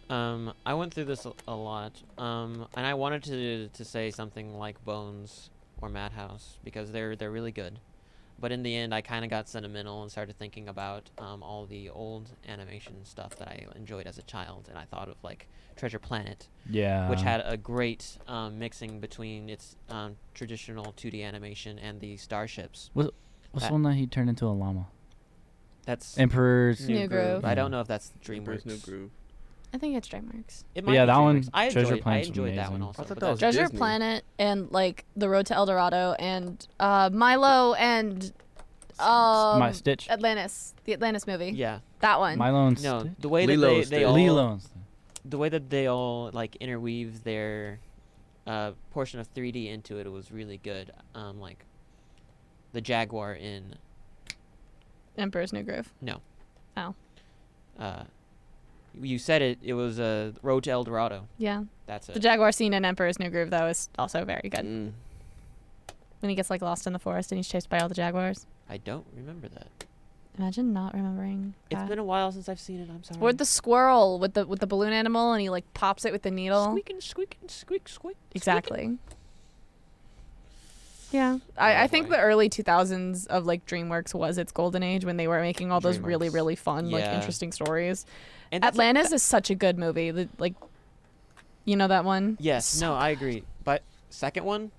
B: Um, I went through this a, a lot, um, and I wanted to to say something like Bones or Madhouse because they're they're really good, but in the end, I kind of got sentimental and started thinking about um, all the old animation stuff that I enjoyed as a child, and I thought of like Treasure Planet,
A: Yeah.
B: which had a great um, mixing between its um, traditional 2D animation and the starships.
A: what's
B: that-
A: the one that he turned into a llama?
B: That's
A: Emperor's.
D: New Grove.
B: I don't know if that's
C: Emperor's New
B: DreamWorks.
C: Groove.
D: I think it's DreamWorks.
B: It
A: yeah, that one,
B: DreamWorks. I
A: Treasure
B: enjoyed, I
A: Planet's
B: enjoyed that one
A: amazing.
B: also.
C: I thought
B: but
C: that was
B: that's-
D: Treasure
C: Disney.
D: Planet and like The Road to El Dorado and uh, Milo and um,
A: My Stitch.
D: Atlantis, the Atlantis movie.
B: yeah.
D: That one.
A: Milo and
B: No,
A: Stitch.
B: the way that
C: Lilo
B: they,
C: is
B: they
C: the-
B: all
A: Lilo and Stitch.
B: the way that they all like interweave their uh, portion of 3D into it, was really good. Um, like the Jaguar in
D: Emperor's New Groove. Oh.
B: uh, you said it. It was uh, Road to El Dorado.
D: Yeah.
B: That's
D: The
B: it.
D: Jaguar scene in Emperor's New Groove though is also very good.
C: Mm.
D: When he gets like lost in the forest and he's chased by all the jaguars.
B: I don't remember that.
D: Imagine not remembering.
B: It's
D: that.
B: been a while since I've seen it. I'm sorry.
D: Or the squirrel with the with the balloon animal, and he like pops it with the needle.
B: squeak and squeak and squeak squeak.
D: Exactly. Yeah, I,
B: Yeah,
D: I think
B: boy.
D: the early 2000s of like DreamWorks was its golden age when they were making all those really
B: DreamWorks.
D: really fun like
B: Yeah.
D: interesting stories.
B: And that's-
D: Atlantis is such a good movie. The, like, you know that one?
B: Yes.
D: So
B: no, I agree. But second one.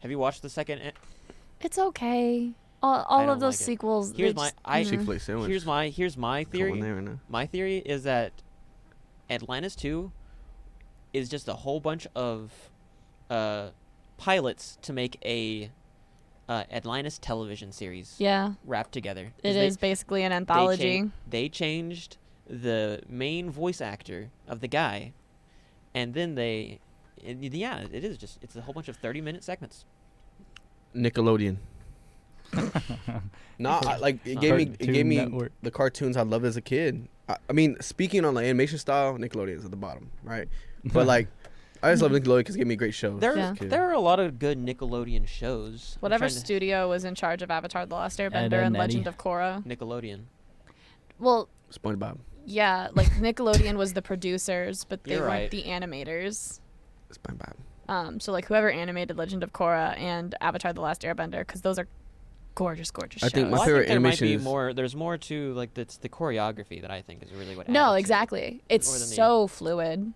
B: Have you watched the second? eh, a-
D: It's okay. All,
B: I
D: all
B: don't
D: of those
B: like it.
D: sequels. mm. they
B: Here's my.
D: just-
B: I
C: Chick Fil A sandwich.
B: here's my here's my
C: Come on
B: theory.
C: there right now.
B: My theory is that Atlantis 2 is just a whole bunch of uh, pilots to make a uh, Atlantis television series
D: yeah,
B: wrapped together.
D: it
B: 'Cause
D: is
B: they-
D: basically an
B: they cha-
D: anthology.
B: they changed the main voice actor of the guy, and then they. and y- yeah, it is just. It's a whole bunch of 30 minute segments.
C: [laughs] Nickelodeon. no, I, like it gave me it gave
A: Cartoon
C: me
A: Network.
C: the cartoons I loved as a kid. I, I mean, speaking on the animation style, Nickelodeon's at the bottom, right? But like, I just love Nickelodeon because it gave me great shows.
B: There,
D: Yeah.
C: Okay.
B: there are a lot of good Nickelodeon shows. I'm
D: Whatever
B: trying to-
D: studio was in charge of Avatar: The Last Airbender
A: and
D: and
A: Eddie.
D: Legend of Korra.
B: Nickelodeon.
D: Well,
C: SpongeBob,
D: Yeah, like Nickelodeon was the producers, but they
B: You're
D: weren't
B: right.
D: the animators.
C: SpongeBob.
D: Um, so like whoever animated Legend of Korra and Avatar: The Last Airbender, because those are gorgeous, gorgeous
C: I
D: shows.
C: think my
B: Well, I
C: favorite
B: think there might
C: animation
B: be
C: is-
B: more. There's more to like that's the choreography that I think is really what. added
D: no,
B: to it.
D: exactly. It's
B: more than the-
D: so fluid.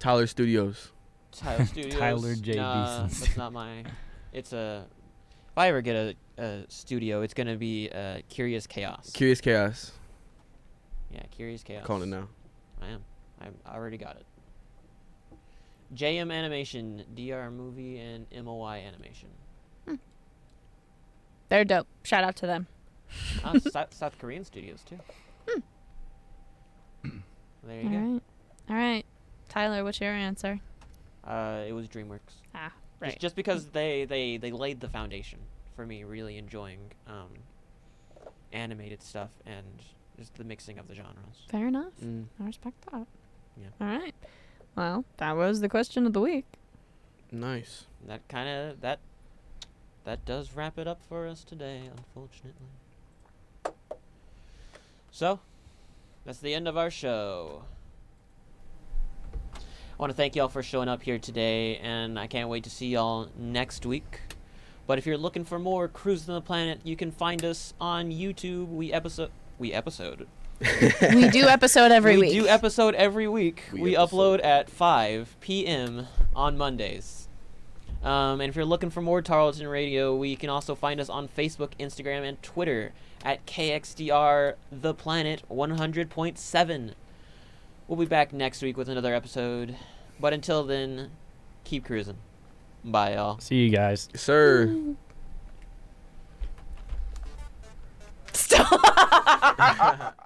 C: Tyler Studios.
B: [laughs]
D: [laughs]
B: Tyler Studios.
A: Tyler J.
B: Nah,
A: Beeson.
B: that's not my. It's a. If I ever get a, a studio, it's gonna be uh, Curious Chaos.
C: Curious Chaos.
B: yeah, Curious Chaos.
C: Calling it now.
B: I am. I'm, I already got it. JM Animation, DR Movie, and MOI
D: [laughs]
B: Animation.
D: They're dope. Shout out to them.
B: Ah, South, South Korean studios too. There you
D: Hmm. All
B: go.
D: right, all right. Tyler, what's your answer?
B: Uh, it was DreamWorks.
D: Ah,
B: Just-
D: right.
B: Just, because they, they, they laid the foundation for me really enjoying um, animated stuff and just the mixing of the genres.
D: Fair enough.
C: Mm.
D: I respect that.
B: Yeah.
D: All right. Well, that was the question of
C: [laughs]
D: the week.
C: Nice.
B: And that kind of that that does wrap it up for us today, unfortunately. So, that's the end of our show. I want to thank y'all for showing up here today, and I can't wait to see y'all next week. But if you're looking for more Cruising the Planet, you can find us on YouTube. We episode we episode
D: we do episode every
B: we
D: week.
B: do
D: [laughs]
B: episode every week. We,
C: We
B: upload
C: episode.
B: at 5 p.m. on Mondays. Um, and if you're looking for more Tarleton Radio, we can also find us on Facebook, Instagram, and Twitter at KXDR The Planet 100.7. We'll be back next week with another episode. But until then, keep cruising. Bye, y'all.
A: [laughs] See you guys.
C: Sir.
D: Stop.